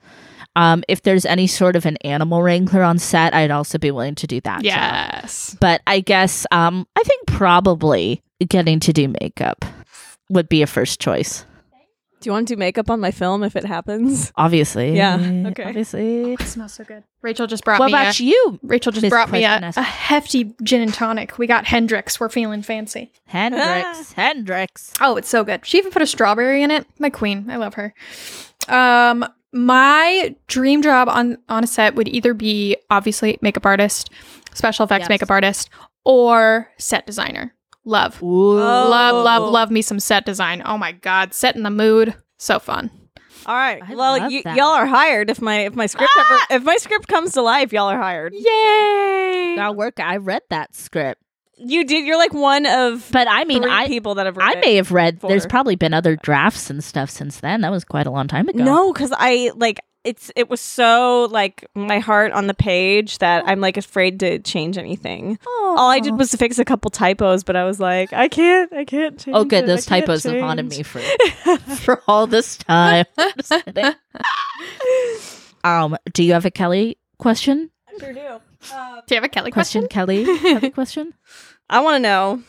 um if there's any sort of an animal wrangler on set i'd also be willing to do that job.
Yes.
but i guess um i think probably getting to do makeup would be a first choice
Do you want to do makeup on my film if it happens?
obviously
Yeah, okay.
obviously
It smells so good. Rachel just brought
what
me. a-
about you
Rachel just
Miss
brought me a,
Questioness?
a hefty gin and tonic. We got Hendrix. We're feeling fancy.
hendrix hendrix
Oh, it's so good. She even put a strawberry in it. My queen. I love her. Um, my dream job on on a set would either be obviously makeup artist, special effects
Yes.
makeup artist, or set designer. Love.
Ooh.
Oh.
Love, love, love me some set design. Oh my god, setting the mood. So fun.
All right.
I
well,
love
y-
that.
y'all are hired. If my if my script ever if my script comes to life, y'all are hired.
Yay.
Now work. I read that script,
You did. You're like one of
but I mean,
three
I
people that have. Read
I
it.
may have read. There's
Four.
probably been other drafts and stuff since then. That was quite a long time ago.
No, because I like it's it was so like my heart on the page that I'm like afraid to change anything.
Oh,
All I did was to fix a couple typos, but I was like, I can't, I can't change.
Oh, good.
it.
Those
I can't
typos have haunted
change.
me for for all this time. Just kidding. um, do you have a Kelly question?
I sure do.
Do you have a Kelly
Question,
question?
Kelly. Kelly question.
I want to know.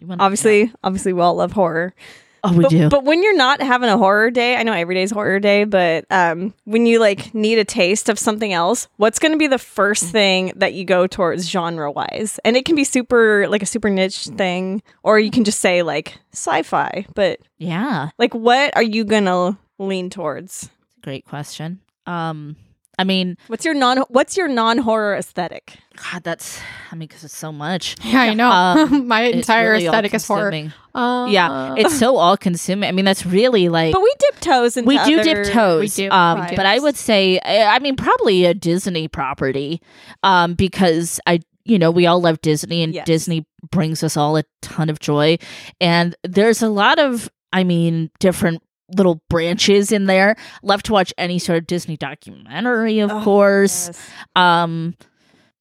You wanna-
Obviously, obviously, we all love horror.
Oh, we
but,
do.
but when you're not having a horror day, I know every day's horror day, but um, when you like need a taste of something else, what's going to be the first
Mm.
thing that you go towards genre wise? And it can be super like a super niche thing, or you can just say like sci-fi. But
yeah.
like, what are you gonna lean towards?
Great question. Um, I mean,
What's your non What's your non horror aesthetic?
God, that's. I mean, because it's so much.
Yeah, I know.
Um,
my
It's
entire
really
aesthetic is horror.
all-consuming.
Uh,
Yeah, it's so all consuming. I mean, that's really like.
But we dip toes into
we do
other-
dip toes
we do,
um
right.
but i would say i I mean probably a disney property um because i you know we all love disney and
Yes.
disney brings us all a ton of joy and there's a lot of i mean different little branches in there love to watch any sort of disney documentary of
Oh,
course
Yes.
um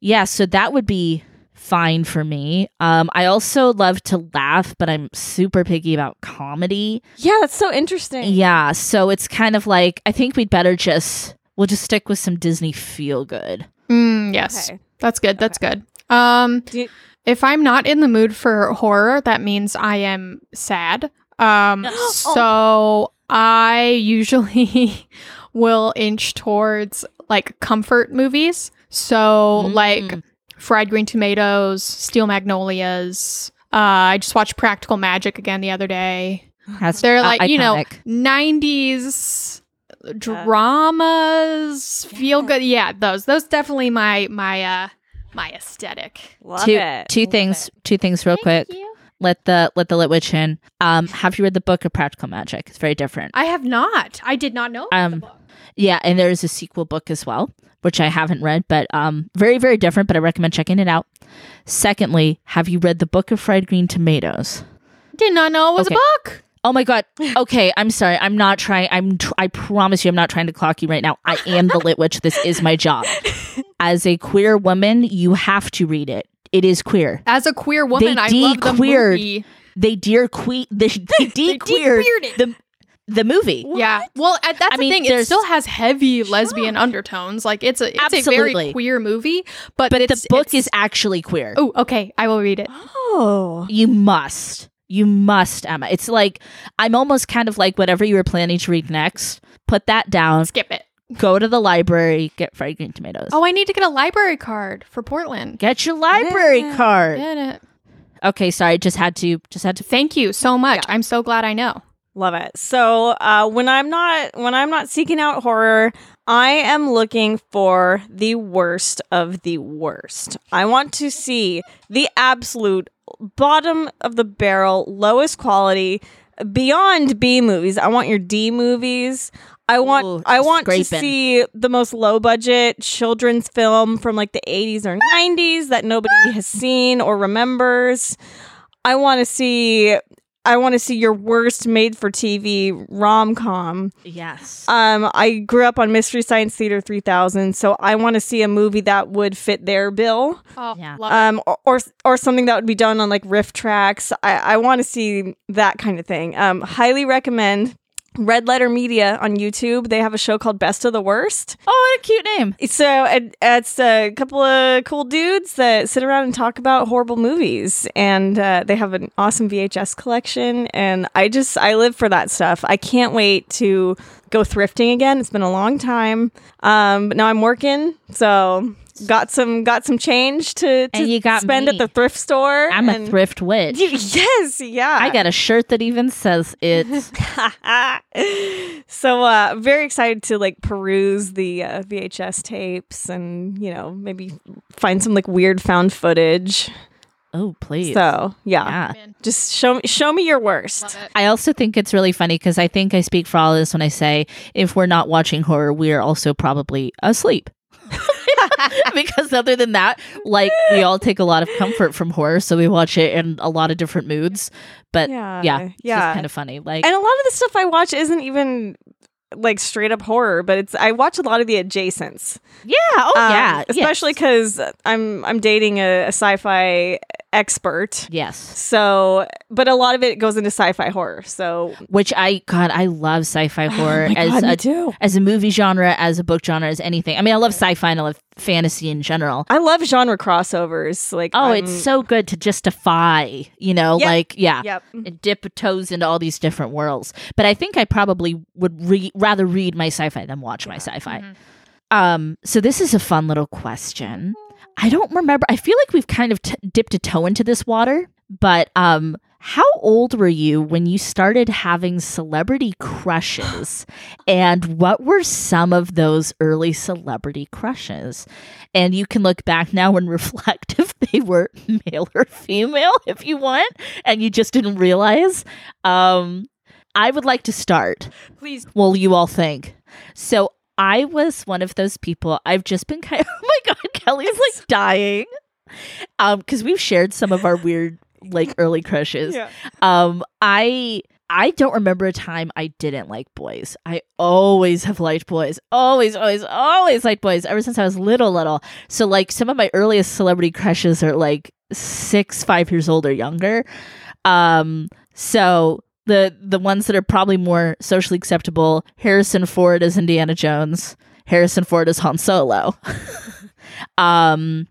yeah, so that would be fine for me. Um I also love to laugh, but I'm super picky about comedy.
Yeah, that's so interesting.
Yeah, so it's kind of like I think we'd better just we'll just stick with some Disney feel good.
Mm, yes.
Okay.
That's good. That's good. Um,
Do you-
if I'm not in the mood for horror, that means I am sad. Um,
Oh.
so I usually will inch towards like comfort movies. So like
Mm.
Fried Green Tomatoes, Steel Magnolias. Uh, I just watched Practical Magic again the other day.
That's
They're
i-
like, you know,
iconic.
90s dramas, feel good. Yeah, those. Those definitely my my uh my aesthetic.
Love
two
it.
two
Love
things
it.
two things real
Thank
quick.
you.
Let the let the lit witch in. Um have you read the book of Practical Magic? It's very different.
I have not. I did not know. about the
Um,
book.
Yeah, and there is a sequel book as well, which I haven't read, but um, very, very different. But I recommend checking it out. Secondly, have you read the book of fried green tomatoes?
did not know it was
okay.
a book.
Oh my god. Okay, I'm sorry. I'm not trying. I'm. Tr- I promise you, I'm not trying to clock you right now. I am the lit witch. This is my job. As a queer woman, you have to read it. It is queer.
As a queer woman, I love the
de-queered
movie.
They dear queer. They, they de-queered
de-queered it.
the the movie.
Yeah. Well, uh, that's
I
the
mean,
thing. It
there's-
still has heavy lesbian undertones. Like it's a it's a very
Absolutely.
queer movie, but,
But
it's,
the book
it's-
is actually queer.
Oh, okay. I will read it.
Oh.
You must. You must, Emma. It's like I'm almost kind of like whatever you were planning to read next, put that down,
Skip it.
go to the library, get fried green tomatoes.
Oh, I need to get a library card for Portland.
get your library card.
Get it.
Okay, sorry, just had to just had to
Thank you so much. I'm so glad I know.
Love it. So uh, when I'm not when I'm not seeking out horror, I am looking for the worst of the worst. I want to see the absolute bottom of the barrel, lowest quality, beyond B movies. I want your D movies. I want
Ooh,
I want to
scraping.
see the most low budget children's film from like the 80s or 90s that nobody has seen or remembers. I want to see I want to see your worst made for TV rom-com.
Yes.
Um, I grew up on Mystery Science Theater 3000, so I want to see a movie that would fit their bill,
Oh,
Yeah.
love it.
um, or, or or something that would be done on like riff tracks. I, I want to see that kind of thing. Um, highly recommend Red Letter Media on YouTube. They have a show called Best of the Worst.
oh, what a cute name.
So it, it's a couple of cool dudes that sit around and talk about horrible movies, and uh, they have an awesome VHS collection. And I just I live for that stuff. I can't wait to go thrifting again. It's been a long time, um, but now I'm working, so got some got some change to, to
And you got
spend at
me.
the thrift store.
I'm a
and-
thrift witch.
Yes, yeah.
I got a shirt that even says it's
so uh very excited to like peruse the uh, VHS tapes and you know maybe find some like weird found footage.
Oh, please.
So, uh, yeah.
yeah.
Just show me show me your
Love
worst.
it.
I also think it's really funny because I think I speak for all of this when I say if we're not watching horror, we are also probably asleep. because other than that, like we all take a lot of comfort from horror, so we watch it in a lot of different moods. But
Yeah,
yeah, it's
yeah.
just kind of funny. Like
And a lot of the stuff I watch isn't even like straight up horror, but it's I watch a lot of the adjacents.
yeah, oh
Um,
yeah,
especially because I'm I'm dating a, a sci-fi expert.
yes. yes,
So, but a lot of it goes into sci-fi horror. So,
which I God, I love sci-fi horror
Oh my
as
God, me
a
too.
as a movie genre, as a book genre, as anything. I mean, I love sci-fi and I love fantasy in general.
I love genre crossovers. Like,
Oh,
I'm-
it's so good to just defy, you know,
Yep.
like yeah.
yep.
and dip toes into all these different worlds. But I think I probably would re- rather read my sci-fi than watch my sci-fi.
Mhm.
Um, so this is a fun little question. I don't remember. I feel like we've kind of t- dipped a toe into this water, but um, how old were you when you started having celebrity crushes, and what were some of those early celebrity crushes? And you can look back now and reflect if they were male or female, if you want, and you just didn't realize. Um, I would like to start.
Please.
Well, you all think. So I was one of those people. I've just been kind. oh my god, Kelly's like dying. Um, because we've shared some of our weird like early crushes.
Yeah.
Um, I I don't remember a time I didn't like boys. I always have liked boys. Always, always, always liked boys. Ever since I was little, little. So like some of my earliest celebrity crushes are like six, five years old or younger. Um, so the the ones that are probably more socially acceptable, Harrison Ford as Indiana Jones, Harrison Ford as Han Solo. um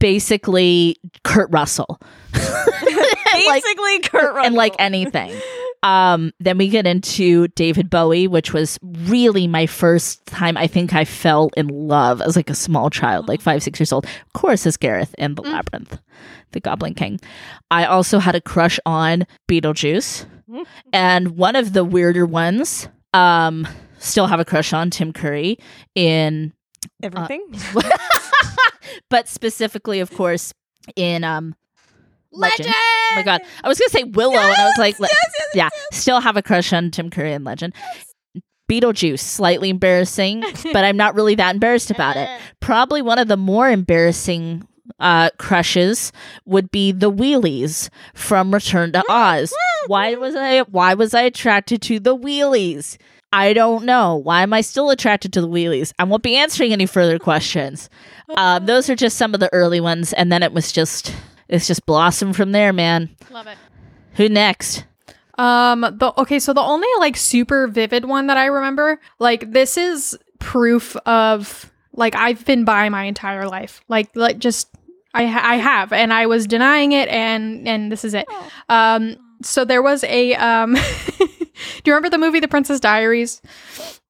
basically Kurt Russell. And, like-
Basically, Kurt Russell.
and like anything. Um, then we get into David Bowie, which was really my first time I think I fell in love as like a small child, like five, six years old. Of course, as Gareth in The
Mm.
Labyrinth, The Goblin King. I also had a crush on Beetlejuice.
Mm.
And one of the weirder ones, um, still have a crush on Tim Curry in uh,
everything.
but specifically, of course, in um
Legend.
Oh my god, I was gonna say Willow, and I was like, le- yeah, still have a crush on Tim Curry and Legend. Beetlejuice, slightly embarrassing, but I'm not really that embarrassed about it. Probably one of the more embarrassing uh crushes would be the wheelies from Return to Oz. Why was I why was I attracted to the wheelies? I don't know. Why am I still attracted to the wheelies? I won't be answering any further questions. Um, those are just some of the early ones, and then it was just it's just blossomed from there, man.
Love it.
Who next?
Uh, Um the okay, so the only like super vivid one that I remember, like this is proof of like I've been by my entire life. Like like just I ha- I have and I was denying it and and this is it. Um so there was a um Do you remember the movie The Princess Diaries?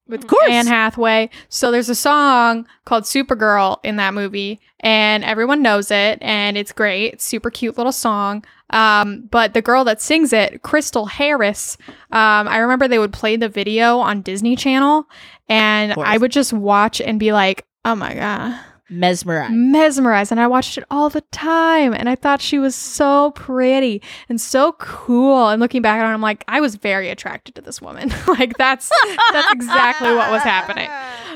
Of course.
Anne Hathaway. So there's a song called Supergirl in that movie, and everyone knows it, and it's great. It's super cute little song. Um, but the girl that sings it, Crystal Harris, um, I remember they would play the video on Disney Channel, and
course.
I would just watch and be like, oh my God,
Mesmerized.
mesmerized. And I watched it all the time, and I thought she was so pretty and so cool. And looking back on it, I'm like, I was very attracted to this woman. like, that's, that's exactly what was happening.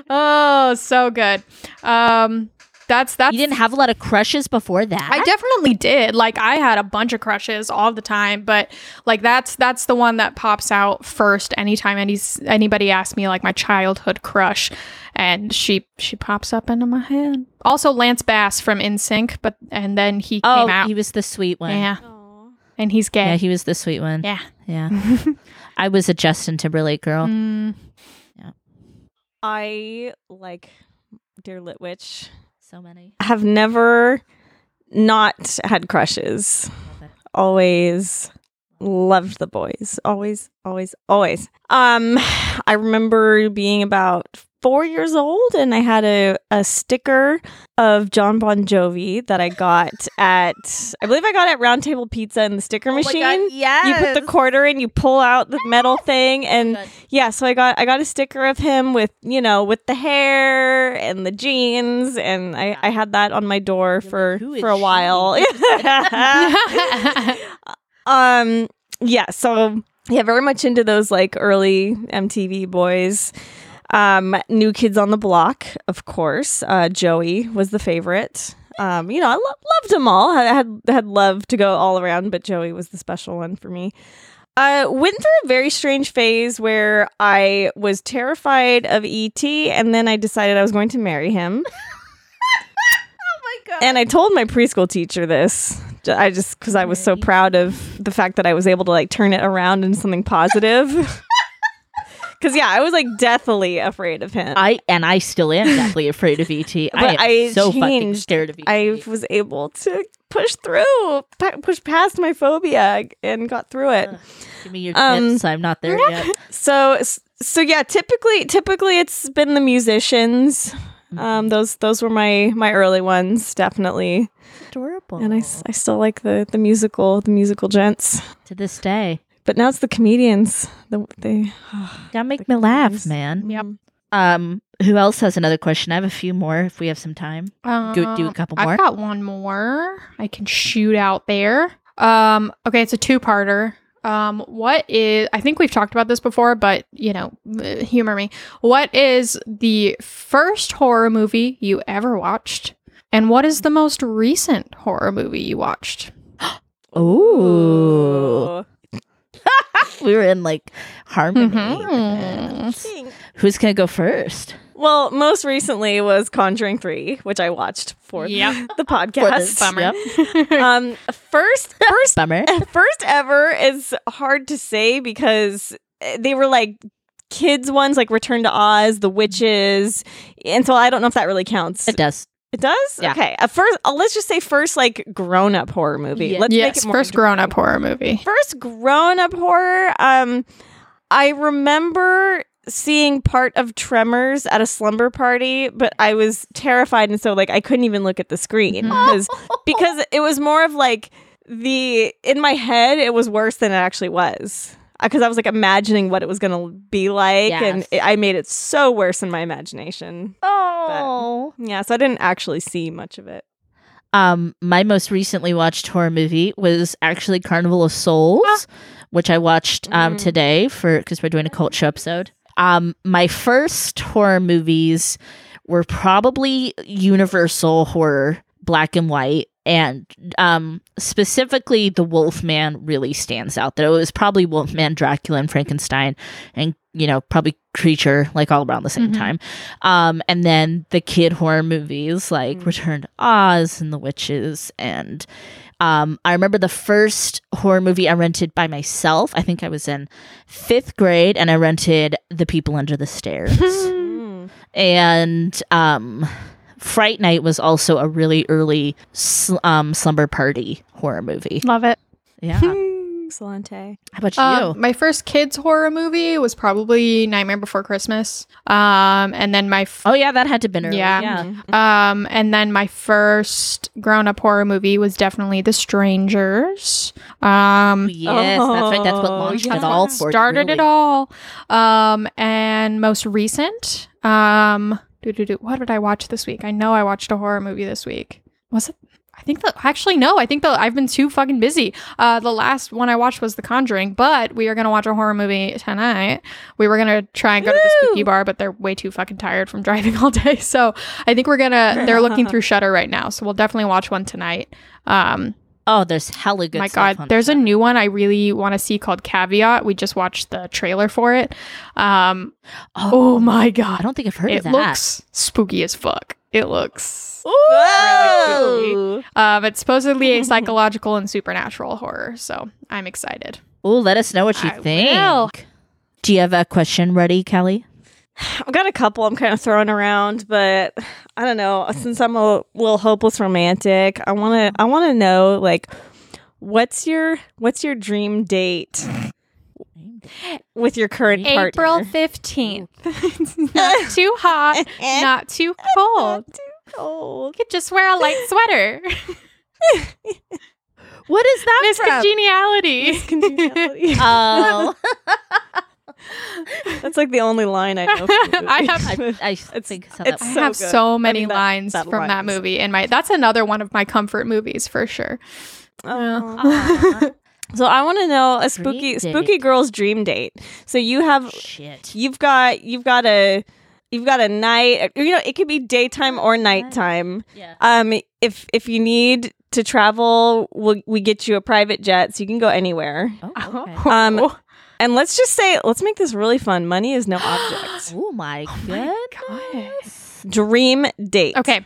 Oh, so good. Um, that's that's.
You didn't have a lot of crushes before that?
I definitely did. Like I had a bunch of crushes all the time, but like that's that's the one that pops out first anytime any anybody asks me like my childhood crush, and she she pops up into my head. Also Lance Bass from InSync, but and then he
Oh,
came out.
he was the sweet one.
yeah, and he's
Yeah,
gay.
he was the sweet one.
Yeah.
Yeah. I was a Justin Timberlake girl.
Mm,
I like Dear Lit Witch.
So many.
Have never not had crushes. Always loved the boys. Always, always, always. Um, I remember being about four years old and I had a, a sticker of John Bon Jovi that I got at I believe I got at Round Table Pizza in the
Oh
sticker machine.
Yeah.
You put the quarter in, you pull out the metal thing,
Oh
and yeah. So I got I got a sticker of him with you know with the hair and the jeans, and I, I had that on my door
like,
for
"Who is
for a
she?"
while. um, yeah. So yeah, very much into those like early MTV boys. Um, New Kids on the Block, of course. Uh, Joey was the favorite. Um, you know, I lo- loved them all. I had had love to go all around, but Joey was the special one for me. Uh, went through a very strange phase where I was terrified of ET, and then I decided I was going to marry him.
Oh
And I told my preschool teacher this. J- I just because I was so proud of the fact that I was able to like turn it around into something positive. Because yeah, I was like deathly afraid of him.
I and I still am deathly afraid of ET. I am
But I
so fucking
changed.
scared of E ET.
I was able to push through, p- push past my phobia, and got through it.
Give me your
um,
tips. I'm not there yet.
So, so yeah, typically, typically it's been the musicians. Um, those those were my my early ones, definitely.
Adorable.
And I, s- I still like the the musical the musical gents,
to this day,
but now it's the comedians. The, they
gotta make
The
me laugh,
Kings.
man.
Yep.
Um, who else has another question? I have a few more if we have some time. Go do a
um,
couple
I've
more.
got one more. I can shoot out there. Um, okay, it's a two-parter. Um, what is? I think we've talked about this before, but you know, uh, humor me. What is the first horror movie you ever watched, and what is the most recent horror movie you watched?
Ooh, we were in like harmony.
Mhm.
Mm-hmm.
Who's gonna go first?
Well, most recently was Conjuring Three, which I watched for
Yep.
the
For this
podcast.
Yep.
um, first first
Bummer.
first ever is hard to say because uh, they were like kids ones like return to oz the witches and so i don't know if that really counts
It
it,
does.
does
Yeah.
okay a first uh, let's just say first like grown-up horror movie
Yeah.
let's make
yes,
it more
first grown-up horror movie.
first grown-up horror um i remember seeing part of tremors at a slumber party but i was terrified and so like i couldn't even look at the screen
Mm-hmm.
Mhm.
because because it was more of like the in my head it was worse than it actually was because i was like imagining what it was going to be like and
Yes.
it, i made it so worse in my imagination
Oh.
yeah so i didn't actually see much of it
Um, my most recently watched horror movie was actually Carnival of Souls, which I watched um
Mm.
today for because we're doing a cult show episode. Um, my first horror movies were probably Universal horror, black and white, and um specifically the Wolfman really stands out. That it was probably Wolfman, Dracula, and Frankenstein, and you know probably Creature like all around the same
Mhm.
time. Um, and then the kid horror movies like
Mm.
Return to Oz and The Witches. And um, I remember the first horror movie I rented by myself. I think I was in fifth grade, and I rented The People Under the Stairs. and um, Fright Night was also a really early sl- um, slumber party horror movie.
Love it.
Yeah.
Excellent. eh?
How about you?
Um, my first kids horror movie was probably Nightmare Before Christmas. Um, and then my f-
oh yeah, that had to been early.
yeah.
Yeah.
Um, and then my first grown-up horror movie was definitely The Strangers.
Hmm.
Um,
Yes, that's right. That's what
Oh,
launched
yeah.
it all for. you,
started it
really.
all. Um, and most recent, um, do do do. What did I watch this week? I know I watched a horror movie this week. Was it? I think the actually no. I think the I've been too fucking busy. Uh, the last one I watched was The Conjuring, but we are gonna watch a horror movie tonight. We were gonna try and go to the spooky bar, but they're way too fucking tired from driving all day. So I think we're gonna. They're looking through Shutter right now, so we'll definitely watch one tonight. Um,
Oh, there's hella good.
my
stuff
god
on
there's a
Shutter.
new one i really want to see called caveat we just watched the trailer for it um oh, my
I
god
don't think I've heard
it
of that. Oh.
looks spooky as fuck it looks
Whoa!
um it's supposedly a psychological and supernatural horror so i'm excited
Oh, let us know what you
I
think.
will.
Do you have a question ready, Kelly?
I've got a couple I'm kind of throwing around, but I don't know. Since I'm a little hopeless romantic, I want to I want to know like what's your what's your dream date with your current
april
partner?
15th not too hot
Eh?
not too cold
April.
you could just wear a light sweater
What is that
miss congeniality
Oh,
That's like the only line I know. From the
I
movie.
I, I think so.
it's-
I
so
have
good.
so many
mean, that-
lines
that
from
line
that
was-
movie in my. That's another one of my comfort movies for sure.
Oh.
Aw,
So I want to know a
Dream
spooky
date.
spooky girl's dream date. So you have
Oh, shit.
you've got you've got a you've got a night you know it could be daytime or nighttime
Yeah.
um if if you need to travel we'll, we get you a private jet so you can go anywhere
Oh, okay.
Um, and let's just say let's make this really fun money is no object
Oh my
my
goodness.
dream date
okay,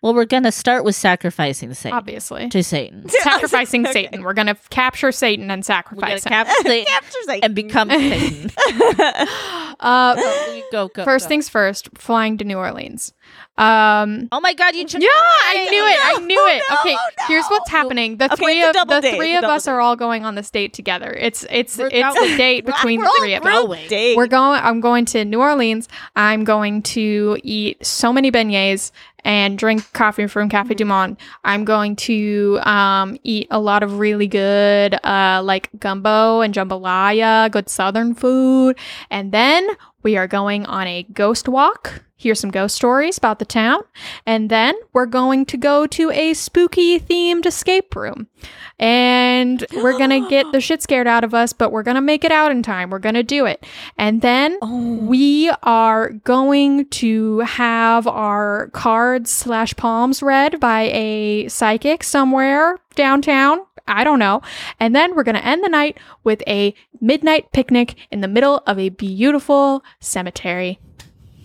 Well, we're gonna start with sacrificing Satan
obviously.
to Satan.
Sacrificing Satan. We're going to capture Satan and
We're gonna
sacrifice him.
capture Satan
Captures, like-
and become Satan.
uh,
go, go.
first
go.
things first, flying to New Orleans. Um,
Oh my God! You took
yeah,
mine!
I knew it. I knew it.
Oh, no,
okay,
oh no.
here's what's happening. The
Okay,
three
it's a
of
double
the
date,
three
it's a
of
double
us are all going on this date together. It's it's
We're
it's
going-
the date between the three of us.
growing.
date
We're going. I'm going to New Orleans. I'm going to eat so many beignets and drink coffee from Cafe Du Monde. I'm going to um, eat a lot of really good, uh, like gumbo and jambalaya, good Southern food, and then we are going on a ghost walk. Hear some ghost stories about the town, and then we're going to go to a spooky themed escape room and we're gonna get the shit scared out of us, but we're gonna make it out in time. We're gonna do it. And then we are going to have our cards slash palms read by a psychic somewhere downtown. I don't know. And then we're gonna end the night with a midnight picnic in the middle of a beautiful cemetery.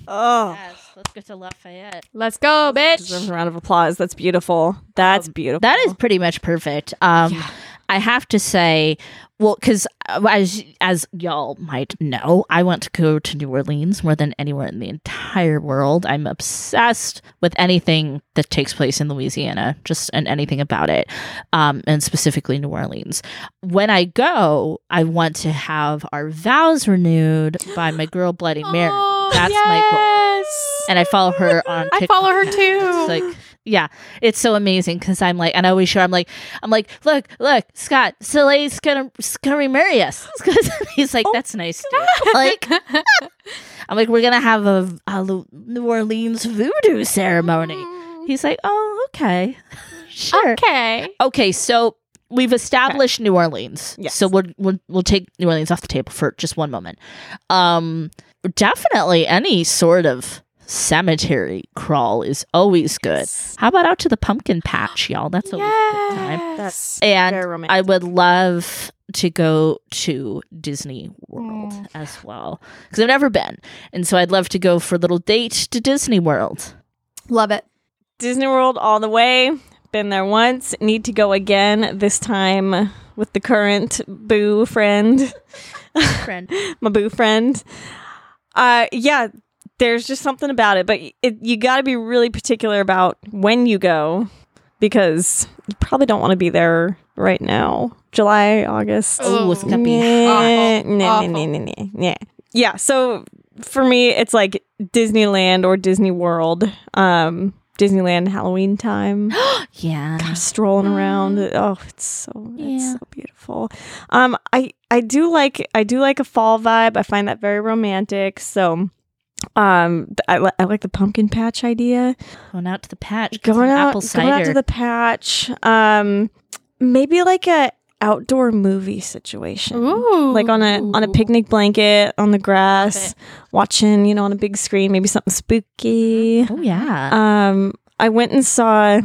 oh
Yes, let's go to Lafayette.
Let's go,
deserves
bitch.
a round of applause that's beautiful that's
Um,
beautiful
That is pretty much perfect. Um, I have to say, well, because as as y'all might know, I want to go to New Orleans more than anywhere in the entire world. I'm obsessed with anything that takes place in Louisiana, just and anything about it, um, and specifically New Orleans. When I go, I want to have our vows renewed by my girl Bloody Mary.
Oh,
That's my goal.
yes.
And I follow her on.
I
TikTok.
follow her too.
It's like, yeah, it's so amazing because I'm like, and I always show. I'm like, I'm like, look, look, Scott, Soleil's gonna, s- gonna marry us. He's like, that's nice. dude." like, I'm like, we're gonna have a, a Lu- New Orleans voodoo ceremony.
Mm.
He's like, oh, okay, sure, okay.
okay.
so we've established New Orleans.
Yes.
So we'll, we'll we'll take New Orleans off the table for just one moment. Um, definitely any sort of cemetery crawl is always good. How about out to the pumpkin patch, y'all? That's always a good time.
That's- Very
And
romantic.
I would love to go to Disney World
Mm.
as well because I've never been, and so I'd love to go for a little date to Disney World.
love it.
Disney World all the way. Been there once. Need to go again. This time with the current boo friend,
Friend,
my boo friend. Uh, yeah, there's just something about it, but it, you got to be really particular about when you go. because you probably don't want to be there right now. July, August.
Oh, it's gonna be
Nah,
awful,
nah,
awful.
nah, nah, nah, nah, nah. Yeah. So for me, it's like Disneyland or Disney World. Um, Disneyland Halloween time.
yeah.
Gosh, strolling around. Oh, it's so it's
Um, Yeah.
so beautiful. Um, I I do like I do like a fall vibe. I find that very romantic. So, um, th- I, li- I like the pumpkin patch idea.
Going out to the patch. get
Going
some
out,
apple
going
cider.
out to the patch. Um, maybe like a outdoor movie situation.
Ooh.
Like on a on a picnic blanket on the grass, watching you know on a big screen, maybe something spooky.
oh yeah.
Um, I went and saw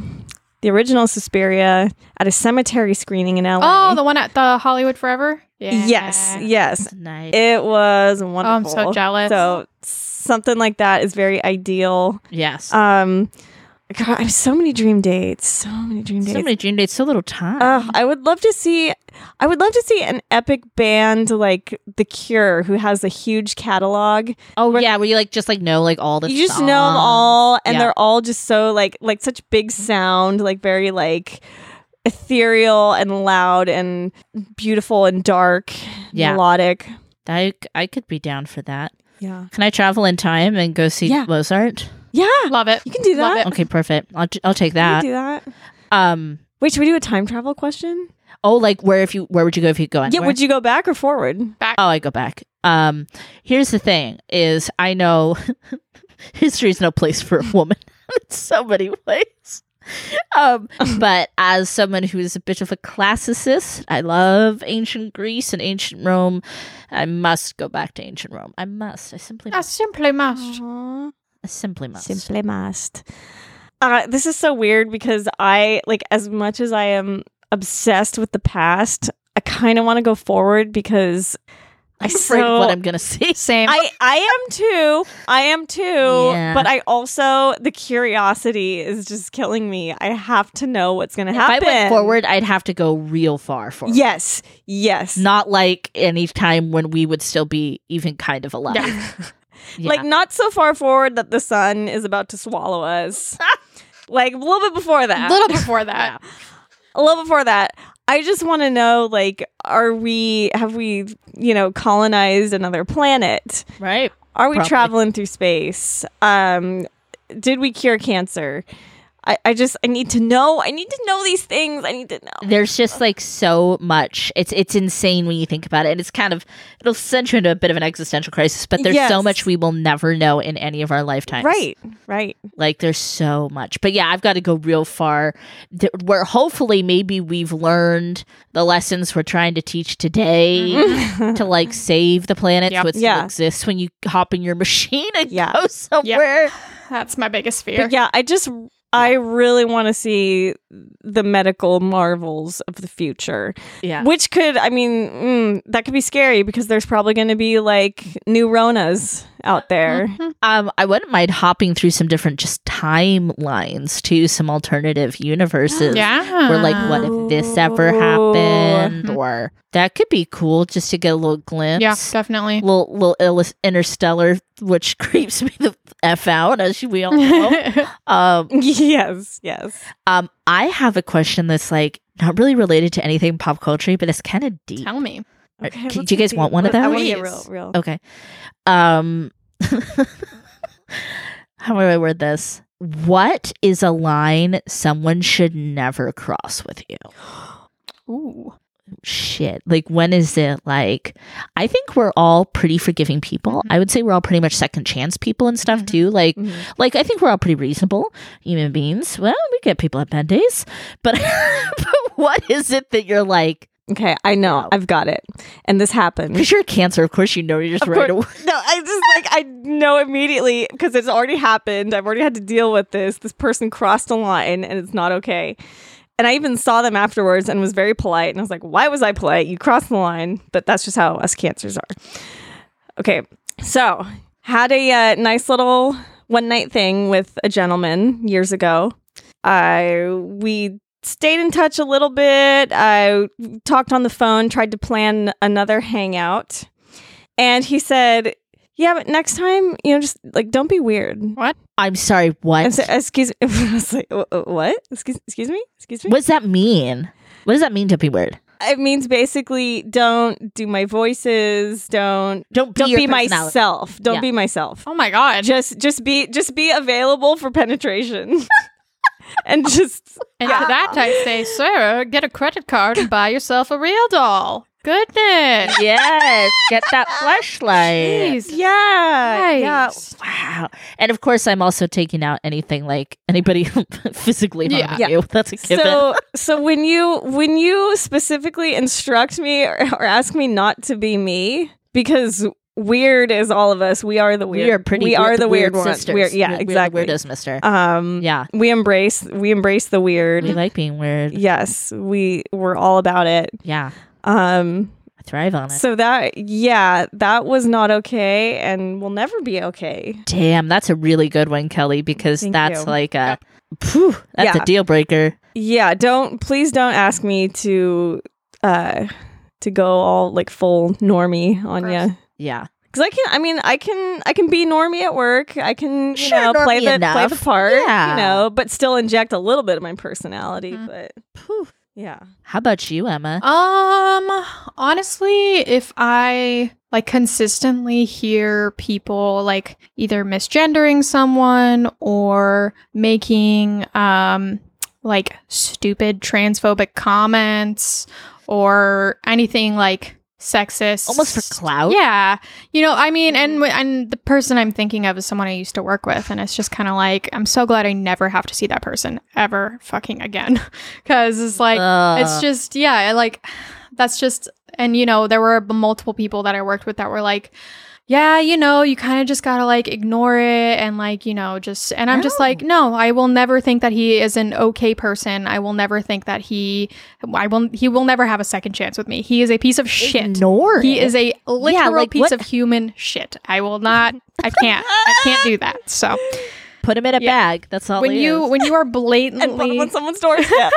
the original Suspiria at a cemetery screening in LA.
Oh, the one at the Hollywood Forever? Yeah.
yes, yes,
That's nice.
it was wonderful.
Oh, I'm so jealous.
So something like that is very ideal.
yes.
Um, God, I have so many dream dates. So many dream dates.
so many June dates. So little time.
Ugh, I would love to see. I would love to see an epic band like The Cure, who has a huge catalog.
oh yeah. Where you like just like know like all the.
you just know
songs.
them all and
Yeah.
they're all just so like like such big sound like very like ethereal and loud and beautiful and dark
Yeah.
melodic
I I could be down for that.
yeah
Can I travel in time and go see
Yeah.
Mozart?
yeah
Love it.
you can do
Love it.
that
Okay, perfect. I'll j- I'll take
you
that.
can do that
Um.
wait should we do a time travel question
Oh, like where if you where would you go if you go anywhere?
yeah would you go back or forward
Back.
Oh, I go back. Um, here's the thing: is I know history's no place for a woman in so many ways. Um, but as someone who is a bit of a classicist, I love ancient Greece and ancient Rome. I must go back to ancient Rome. I must. I simply
I
must.
simply
Oh.
must.
Aw.
I simply must.
Simply must. Uh, this is so weird because I like as much as I am obsessed with the past, I kind of want to go forward because I
I'm afraid of
so
what I'm gonna see.
Same.
I I am too. I am too.
Yeah.
But I also the curiosity is just killing me. I have to know what's going to
If I
happen.
went forward, I'd have to go real far forward.
Yes. Yes.
Not like any time when we would still be even kind of alive.
Yeah.
Yeah.
Like not so far forward that the sun is about to swallow us. like a little bit before that.
a little before that.
a little before that i just want to know like are we have we you know colonized another planet
right.
are we
Probably.
traveling through space um did we cure cancer I, I just i need to know i need to know these things i need to know
there's just like so much it's it's insane when you think about it and it's kind of it'll send you into a bit of an existential crisis but there's so
Yes.
much we will never know in any of our lifetimes
right right
like there's so much but yeah i've got to go real far th- where hopefully maybe we've learned the lessons we're trying to teach today to like save the planet
Yep.
so it still
Mm-hmm. Yeah.
exists when you hop in your machine and
Yeah.
go somewhere
That's my biggest fear.
but yeah i just i really want to see the medical marvels of the future
yeah
which could i mean mm, that could be scary because there's probably going to be like new ronas out there
Um, I wouldn't mind hopping through some different just timelines to some alternative universes.
Yeah.
Where like, what if this ever happened?
Ooh.
Or that could be cool just to get a little glimpse.
Oh. Yeah, definitely.
Little little illus- interstellar, which creeps me the f out, as we all know. um,
yes, yes.
um, I have a question that's like not really related to anything pop culture, but it's kind of deep.
Tell me.
Or-
Okay,
do
let's
you guys
see.
want one of
Let- I
those?
want to get
Please.
real, real.
Okay. Um How do I word this? What is a line someone should never cross with you? Oh.
Ooh.
Shit. Like when is it like I think we're all pretty forgiving people. I would say we're all pretty much second chance people and stuff
Mhm.
too. Like
Mhm.
like I think we're all pretty reasonable human beings. Well, we get people at bad days. But but what is it that you're like
Okay, I know. I've got it. And this happened.
because you're cancer, of course you know you're just
Of
right
course-
away.
No, I just like I know immediately because it's already happened. I've already had to deal with this. This person crossed a line and it's not okay. And I even saw them afterwards and was very polite. And I was like, why was I polite? You crossed the line, but that's just how us cancers are. Okay, so had a uh, nice little one night thing with a gentleman years ago. I we stayed in touch a little bit. I talked on the phone, tried to plan another hangout. And he said, Yeah, but next time, you know, just like don't be weird.
What?
I'm sorry, what?
I'm so- excuse me. I was like, "Wh- wh- what? Excuse, excuse me? Excuse me?
what does that mean? What does that mean to be weird?
It means basically don't do my voices. Don't
Don't be,
don't
your
be
personality.
myself. Don't
Yeah.
be myself.
Oh my god.
Just just be just be available for penetration. and just
and to that I say, Sarah, get a credit card and buy yourself a real doll. Goodness.
Yes, get that flashlight.
Jeez.
Uh,
yeah. Yeah.
Christ.
Wow. And of course, I'm also taking out anything like anybody who physically harming
Yeah.
Yeah.
you. That's a given.
So so when you when you specifically instruct me or, or ask me not to be me because weird is all of us. We are the weird.
we are pretty.
We
we're
are
the
the weird,
weird
ones.
sisters.
We're- yeah,
We're- we're
exactly.
the weirdos, Mister.
Um, mm-hmm.
yeah,
we embrace we embrace the weird.
we like being weird.
Yes, we we're all about it.
Yeah,
Um,
I thrive on it.
so that yeah, that was not okay, and will never be okay.
Damn, that's a really good one, Kelly, because
Thank
that's
you.
like a, phew, that's
Yeah.
a deal breaker.
Yeah, don't please don't ask me to uh to go all like full normie on
Gross.
you.
Yeah,
Because I can, I mean, I can, I can be normie at work. I can, you
Sure,
know, play
normie
the play
enough.
the part,
Yeah. Mm-hmm.
you know, but still inject a little bit of my personality.
Mhm.
But
Phew.
yeah,
How about you, Emma?
Uh,
Um, honestly, if I like consistently hear people like either misgendering someone or making um like stupid transphobic comments or anything like sexist
Almost for clout.
yeah you know i mean and and the person i'm thinking of is someone i used to work with and it's just kind of like i'm so glad i never have to see that person ever fucking again because it's like it's
Ugh.
just yeah I, like that's just and you know there were b- multiple people that i worked with that were like yeah you know you kind of just gotta like ignore it and like you know just and i'm just like no i will never think that he is an okay person i will never think that he i will he will never have a second chance with me he is a piece of shit
Ignore
he
it.
is a literal
like,
piece
what-
of human shit i will not i can't i can't do that so
Put him in a
Yeah.
bag. That's all.
when
it
you
is.
when you are
Mm,
and put
blatantly
them on someone's doorstep.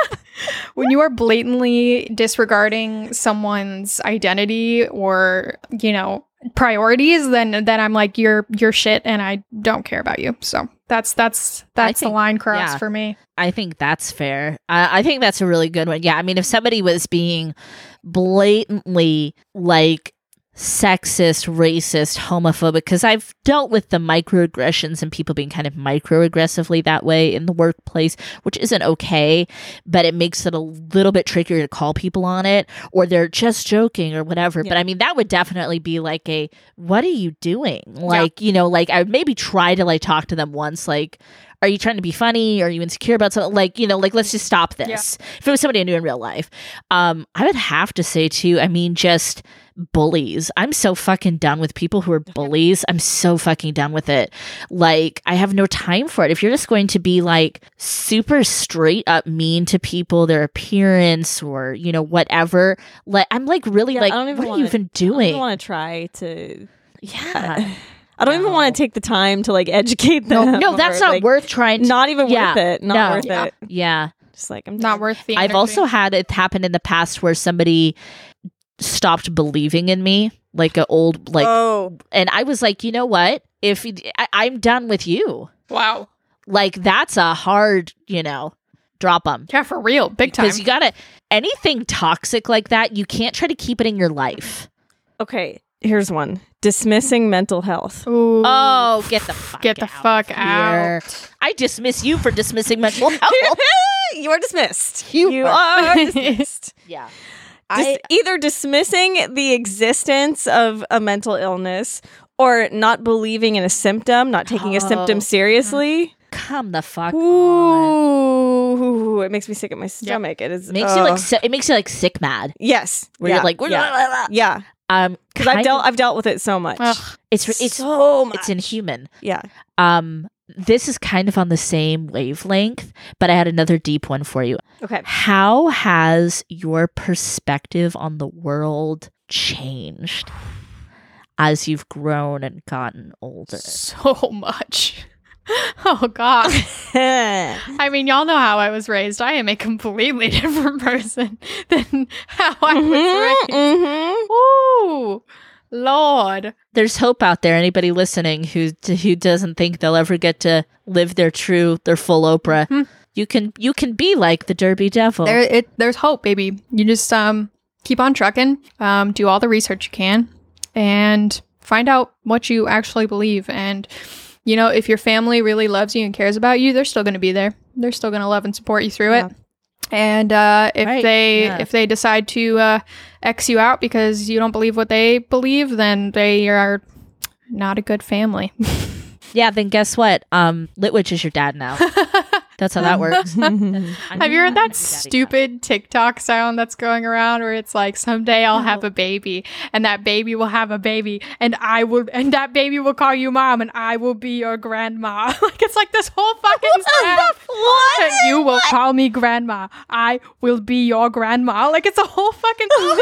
when you are blatantly disregarding someone's identity or you know priorities then then i'm like you're you're shit and i don't care about you so that's that's that's
think-
the line cross
yeah.
for me
I think that's fair. I, I think that's a really good one. Yeah, I mean, if somebody was being blatantly like sexist, racist, homophobic, because I've dealt with the microaggressions and people being kind of microaggressively that way in the workplace, which isn't okay, but it makes it a little bit trickier to call people on it, or they're just joking or whatever. But I mean, that would definitely be like a, what are you doing? Like, you know, like I would maybe try to like talk to them once, like, are you trying to be funny? Are you insecure about something? Like, you know, like let's just stop this. If it was somebody I knew in real life, um, I would have to say too. I mean, just bullies. I'm so fucking done with people who are bullies. I'm so fucking done with it. Like, I have no time for it. If you're just going to be like super straight up mean to people, their appearance or you know whatever, like I'm like really
Yeah, I
like,
don't even
what are
wanna-
you even
I don't
doing?
want to try to.
yeah,
I don't even
No.
want to take the time to like educate them.
no, that's
or,
not
like,
worth trying. to
Not even
Yeah,
worth it. Not
no.
worth
Yeah.
it.
Yeah.
Just like I'm
not
done.
worth the
I've
energy.
also had it happen in the past where somebody stopped believing in me, like an old like,
oh,
and I was like, you know what? If I, I'm done with you,
wow
like that's a hard, you know, drop them
yeah for real big time
because you gotta anything toxic like that. You can't try to keep it in your life.
okay. Here's one: dismissing mental health.
Ooh.
Oh, get the fuck
get the
out
fuck
of
out.
here. I dismiss you for dismissing mental health.
you are dismissed.
Oh. You
are dismissed.
yeah,
Dis-
I
either dismissing the existence of a mental illness or not believing in a symptom, not taking a
Oh. Mm-hmm.
symptom seriously.
come the fuck. on.
Ooh, it makes me sick at my stomach. It is
It makes you like
ugh.
si- it makes you like sick mad.
yes,
Where
Uh. Yeah.
you're like,
yeah, yeah,
um,
because I've
kind
dealt,
of-
I've dealt with it so much.
Ugh.
it's it's
so much.
it's inhuman.
yeah.
Um, this is kind of on the same wavelength, but I had another deep one for you.
Okay.
How has your perspective on the world changed as you've grown and gotten older?
so much oh god I mean, y'all know how I was raised. I am a completely
Mm-hmm.
different person than how I was raised.
Mhm, mhm.
Ooh, Lord.
There's hope out there. Anybody listening who who doesn't think they'll ever get to live their true, their full Oprah,
Hmm.
Mhm.
you can you can be like the Derby Devil.
There, it, there's hope, baby. You just um, keep on trucking, um, do all the research you can, and find out what you actually believe. And, you know, if your family really loves you and cares about you, they're still going to be there. They're still going to love and support you through it. And uh, if
Right,
they
yeah.
if they decide to uh, X you out because you don't believe what they believe, then they are not a good family.
yeah. Then guess what? Um, Litwitch is your dad now. That's how that works.
Have
Mm-hmm.
you heard that stupid TikTok sound that's going around where it's like someday I'll have
Uh-huh.
a baby and that baby will have a baby and I will and that baby will call you mom and I will be your grandma. like it's like this whole fucking sound.
What?
that You will call me grandma. I will be your grandma. Like it's a whole fucking thing.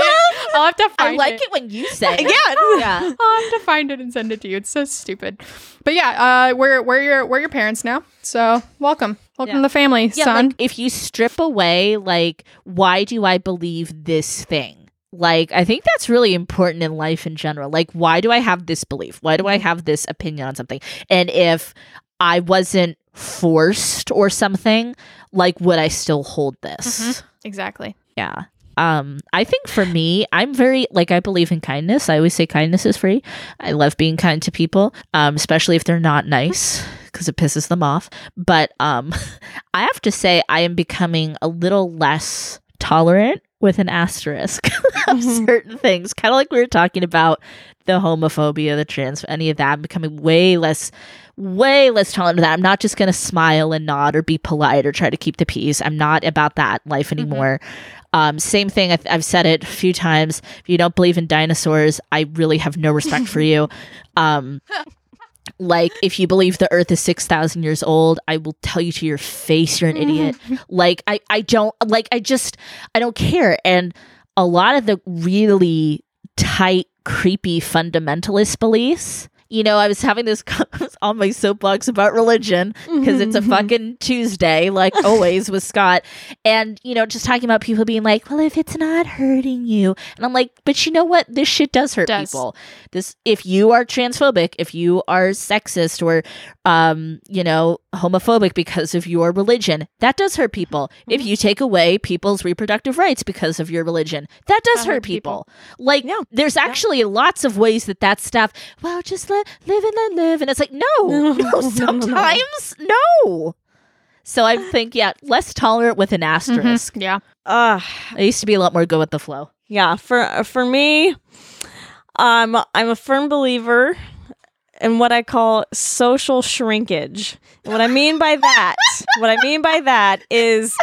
I'll have to
I
find
like
it.
it when you say it. Yeah.
I'll have to find it and send it to you. It's so stupid. But yeah, uh, we're we're your we're your parents now. So welcome. Welcome
Yeah.
to the family,
Yeah,
son.
like, if you strip away, like, why do I believe this thing? Like, I think that's really important in life in general. Like, why do I have this belief? Why
Mm-hmm.
do I have this opinion on something? And if I wasn't forced or something, like, would I still hold this?
Mm-hmm. exactly.
Yeah. Um, I think for me, I'm very like I believe in kindness. I always say kindness is free. I love being kind to people, um, especially if they're not nice, because it pisses them off. But um, I have to say, I am becoming a little less tolerant with an asterisk of certain things. Kind of like we were talking about the homophobia, the trans, any of that. I'm becoming way less, way less tolerant of that. I'm not just going to smile and nod or be polite or try to keep the peace. I'm not about that life anymore. Um, same thing. I've, I've said it a few times. If you don't believe in dinosaurs, I really have no respect for you. Um, like if you believe the earth is 6000 years old i will tell you to your face you're an idiot like i i don't like i just i don't care and a lot of the really tight creepy fundamentalist beliefs you know i was having this co- I was on my soapbox about religion
Mm-hmm.
because it's a
Mm-hmm.
fucking tuesday like always with scott and you know just talking about people being like well if it's not hurting you and i'm like but you know what this shit does hurt
Does.
people this if you are transphobic if you are sexist or um you know homophobic because of your religion that does hurt people if
Mm-hmm.
you take away people's reproductive rights because of your religion that does
That
hurt
hurts people.
people like there's actually lots of ways that that stuff well just let live and let live and it's like no no,
No, no, no, no.
sometimes no, so i think yeah less tolerant with an
Mm-hmm.
asterisk
Mhm. Yeah.
Ugh.
i used to be a lot more go with the flow
yeah for uh, for me um i'm a firm believer in what i call social shrinkage And what i mean by that what i mean by that is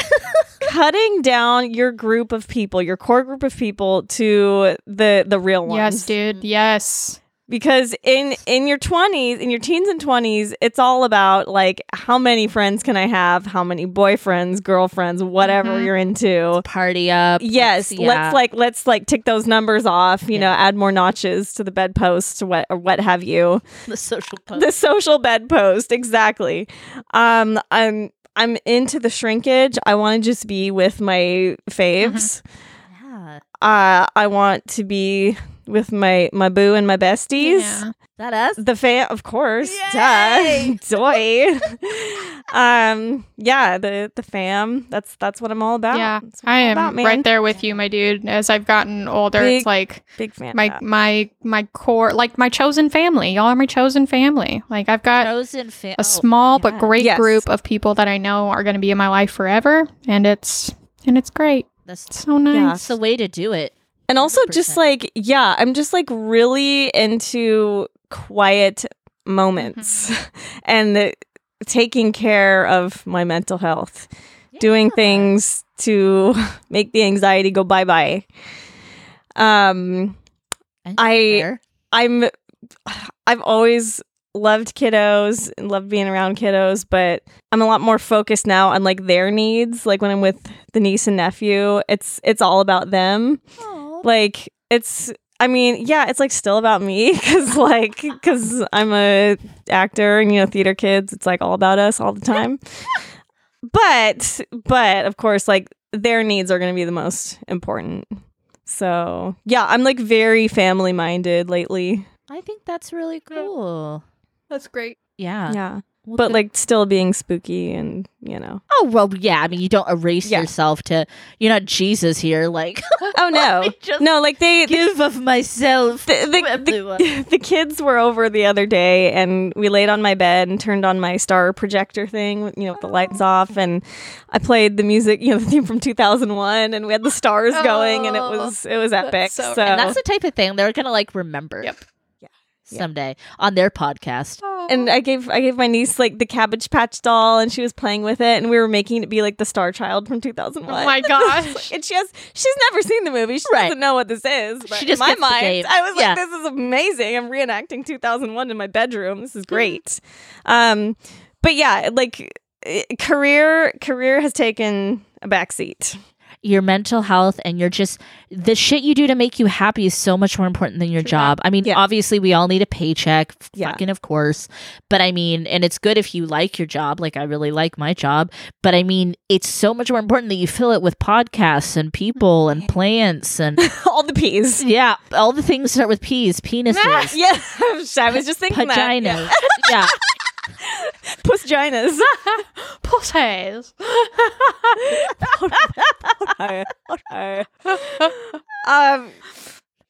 cutting down your group of people your core group of people to the the real ones
Yes, dude. Yes.
because in in your 20s in your teens and 20s it's all about like how many friends can i have how many boyfriends girlfriends whatever
Mhm.
you're into
party up
yes
yeah.
let's like let's like tick those numbers off you know
Yeah.
add more notches to the bedpost to what or what have you
the social post.
the social bedpost exactly um i'm i'm into the shrinkage i want to just be with my faves
yeah.
uh i want to be with my my boo and my besties
Yeah.
that us
the fan, of course,
Yay!
duh, doy. um, yeah, the the fam. That's that's what I'm all about.
Yeah.
That's what
I
I'm
am
all about, man.
right there with you, my dude. As I've gotten older,
Big-
it's like
Big fan.
my
of that.
my my core, like my chosen family. Y'all are my chosen family. Like I've got
frozen oh, fan
a small but great
Yes.
group of people that I know are going to be in my life forever, and it's and it's great. It's
that's,
so nice.
that's the way to do it
and also just
100%.
like yeah, I'm just like really into quiet moments and the, taking care of my mental health, doing things to make the anxiety go bye bye. Um,
think
I-
it's fair.
I'm I've always loved kiddos and loved being around kiddos, but I'm a lot more focused now on like their needs. Like when I'm with the niece and nephew, it's it's all about them. Like it's I mean, yeah, it's like still about me cuz like cuz I'm a actor and you know theater kids, it's like all about us all the time. but but of course like their needs are going to be the most important. So yeah, I'm like very family minded lately.
I think that's really cool.
That's great.
Yeah.
yeah.
Well,
But
good-
like still being spooky and you know.
oh well, yeah. I mean, you don't erase
Yeah.
yourself to you're not Jesus here. Like,
Oh no.
I just
no, like they, they
give of myself.
the,
to
the,
everyone.
the, the kids were over the other day and we laid on my bed and turned on my star projector thing you know with the lights off and i played the music you know the theme from 2001 and we had the stars going and it was it was epic
so-
so,
and
and that's the type of thing they're gonna like remember.
Yep.
Yeah. Yeah.
Someday on their podcast.
Oh.
and I gave I gave my niece like the Cabbage Patch doll, and she was playing with it, and we were making it be like the Star Child from 2001.
Oh my gosh.
and she has she's never seen the movie; she
Right.
doesn't know what this is. But
She
she
just
just in my
gets the
mind,
game.
I was
Yeah.
like, "This is amazing! I'm reenacting 2001 in my bedroom. This
Hmm.
is great." um, but yeah, like eh, career career has taken a backseat.
your mental health and your just the shit you do to make you happy is so much more important than your
True
job. I mean,
Yeah.
obviously we all need a paycheck, f-
Yeah.
fucking of course. But I mean, and it's good if you like your job, like I really like my job, but I mean, it's so much more important that you fill it with podcasts and people and plants and
All the P's.
yeah, all the things start with P's, penises,
Yeah, I was just thinking that.
vaginas. yeah.
Pusginas.
Potatoes.
um,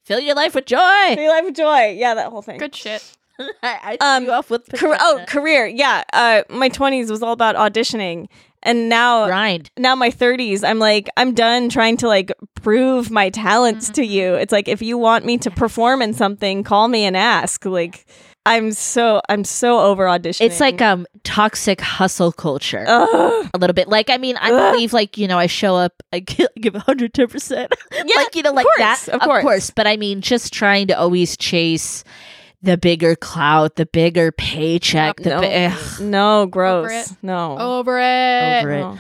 Fill your life with joy. I,
Free Life of Joy. Yeah, that whole thing.
Good shit.
I
Um,
threw you off with
Car- oh,
vagina.
career. Yeah. Uh, my 20s was all about auditioning. And now,
grind.
now my 30s, I'm like, I'm done trying to like prove my talents to you. It's like, if you want me to perform in something, call me and ask. Like, I'm so, I'm so over auditioning.
It's like um toxic hustle culture.
Ugh.
a little bit. Like, I mean, I
Ugh.
believe, like, you know, I show up, I gi- give 110%.
Yeah,
like, you know, like
course,
that.
of course.
But I mean, just trying to always chase the bigger clout, the bigger paycheck. The
No.
bi- ugh,
no,
it.
gross. No.
Over it.
Over it.
No.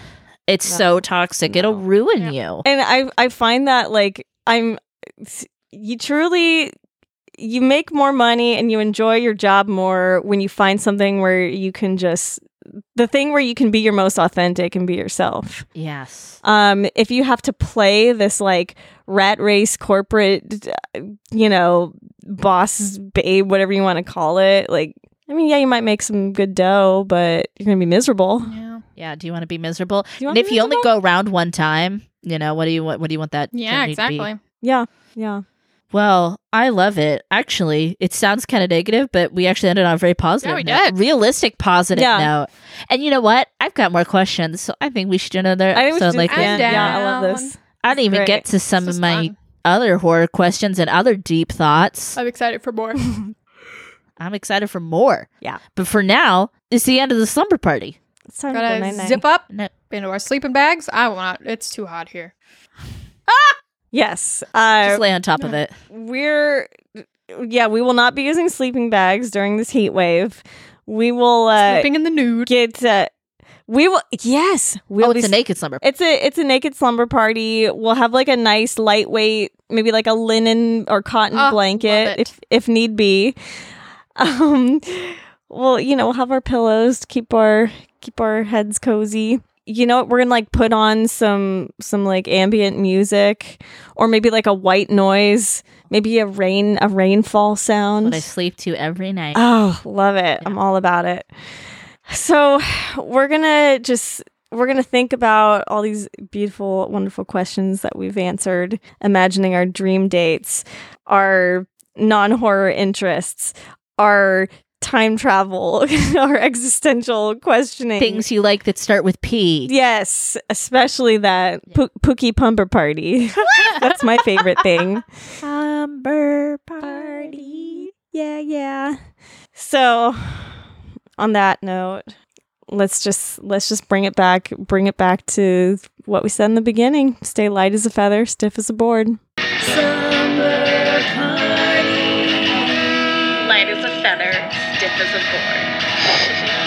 it's
No.
so toxic. It'll ruin you.
and I I find that like I'm you truly you make more money and you enjoy your job more when you find something where you can just the thing where you can be your most authentic and be yourself.
Yes.
Um if you have to play this like rat race corporate uh, you know boss babe whatever you want to call it like I mean yeah you might make some good dough but you're going to be miserable.
Yeah.
Yeah. Do you want to be miserable? and
you wanna
if
be
you only
miserable?
go around one time, you know, what do you want? What do you want that?
Yeah,
journey to be?
exactly.
Yeah. Yeah.
Well, I love it. Actually, it sounds kind of negative, but we actually ended on a very positive
we
note.
did.
Realistic positive
Yeah.
note. And you know what? I've got more questions, so I think we should do another
I think we
episode
should
like
do- yeah,
that.
I'm
yeah, I love
down.
this.
I didn't even
Great.
get to some
This
of
is
my
fun.
other horror questions and other deep thoughts.
Oh.
I'm excited for more.
I'm excited for more.
Yeah.
But for now, it's the end of the slumber party.
It's time to go
Gotta
night-night.
zip up
No.
into our sleeping bags. I want. It's too hot here.
Yes. Uh,
Just lay on top of it.
we're yeah we will not be using sleeping bags during this heat wave we will uh
Sleeping in the nude.
get uh, we will yes we'll
Oh,
be
it's a naked slumber party.
it's a it's a naked slumber party we'll have like a nice lightweight maybe like a linen or cotton
Oh,
Ah,
love it.
blanket if if need be um well you know we'll have our pillows to keep our keep our heads cozy you know what we're gonna like put on some some like ambient music or maybe like a white noise maybe a rain a rainfall sound
What I sleep to every night.
Oh, love it. I'm all about it. So, we're going to just we're going to think about all these beautiful, wonderful questions that we've answered, imagining our dream dates, our non-horror interests, our time travel, our existential questioning.
Things you like that start with P.
Yes, especially that po- Pookie Pumper party. That's my favorite thing. Pumper party. Yeah, yeah. So, on that note, let's just let's just bring it back, bring it back to what we said in the beginning. Stay light as a feather, stiff as a board.
Summer party.
Light as a feather, stiff as a board.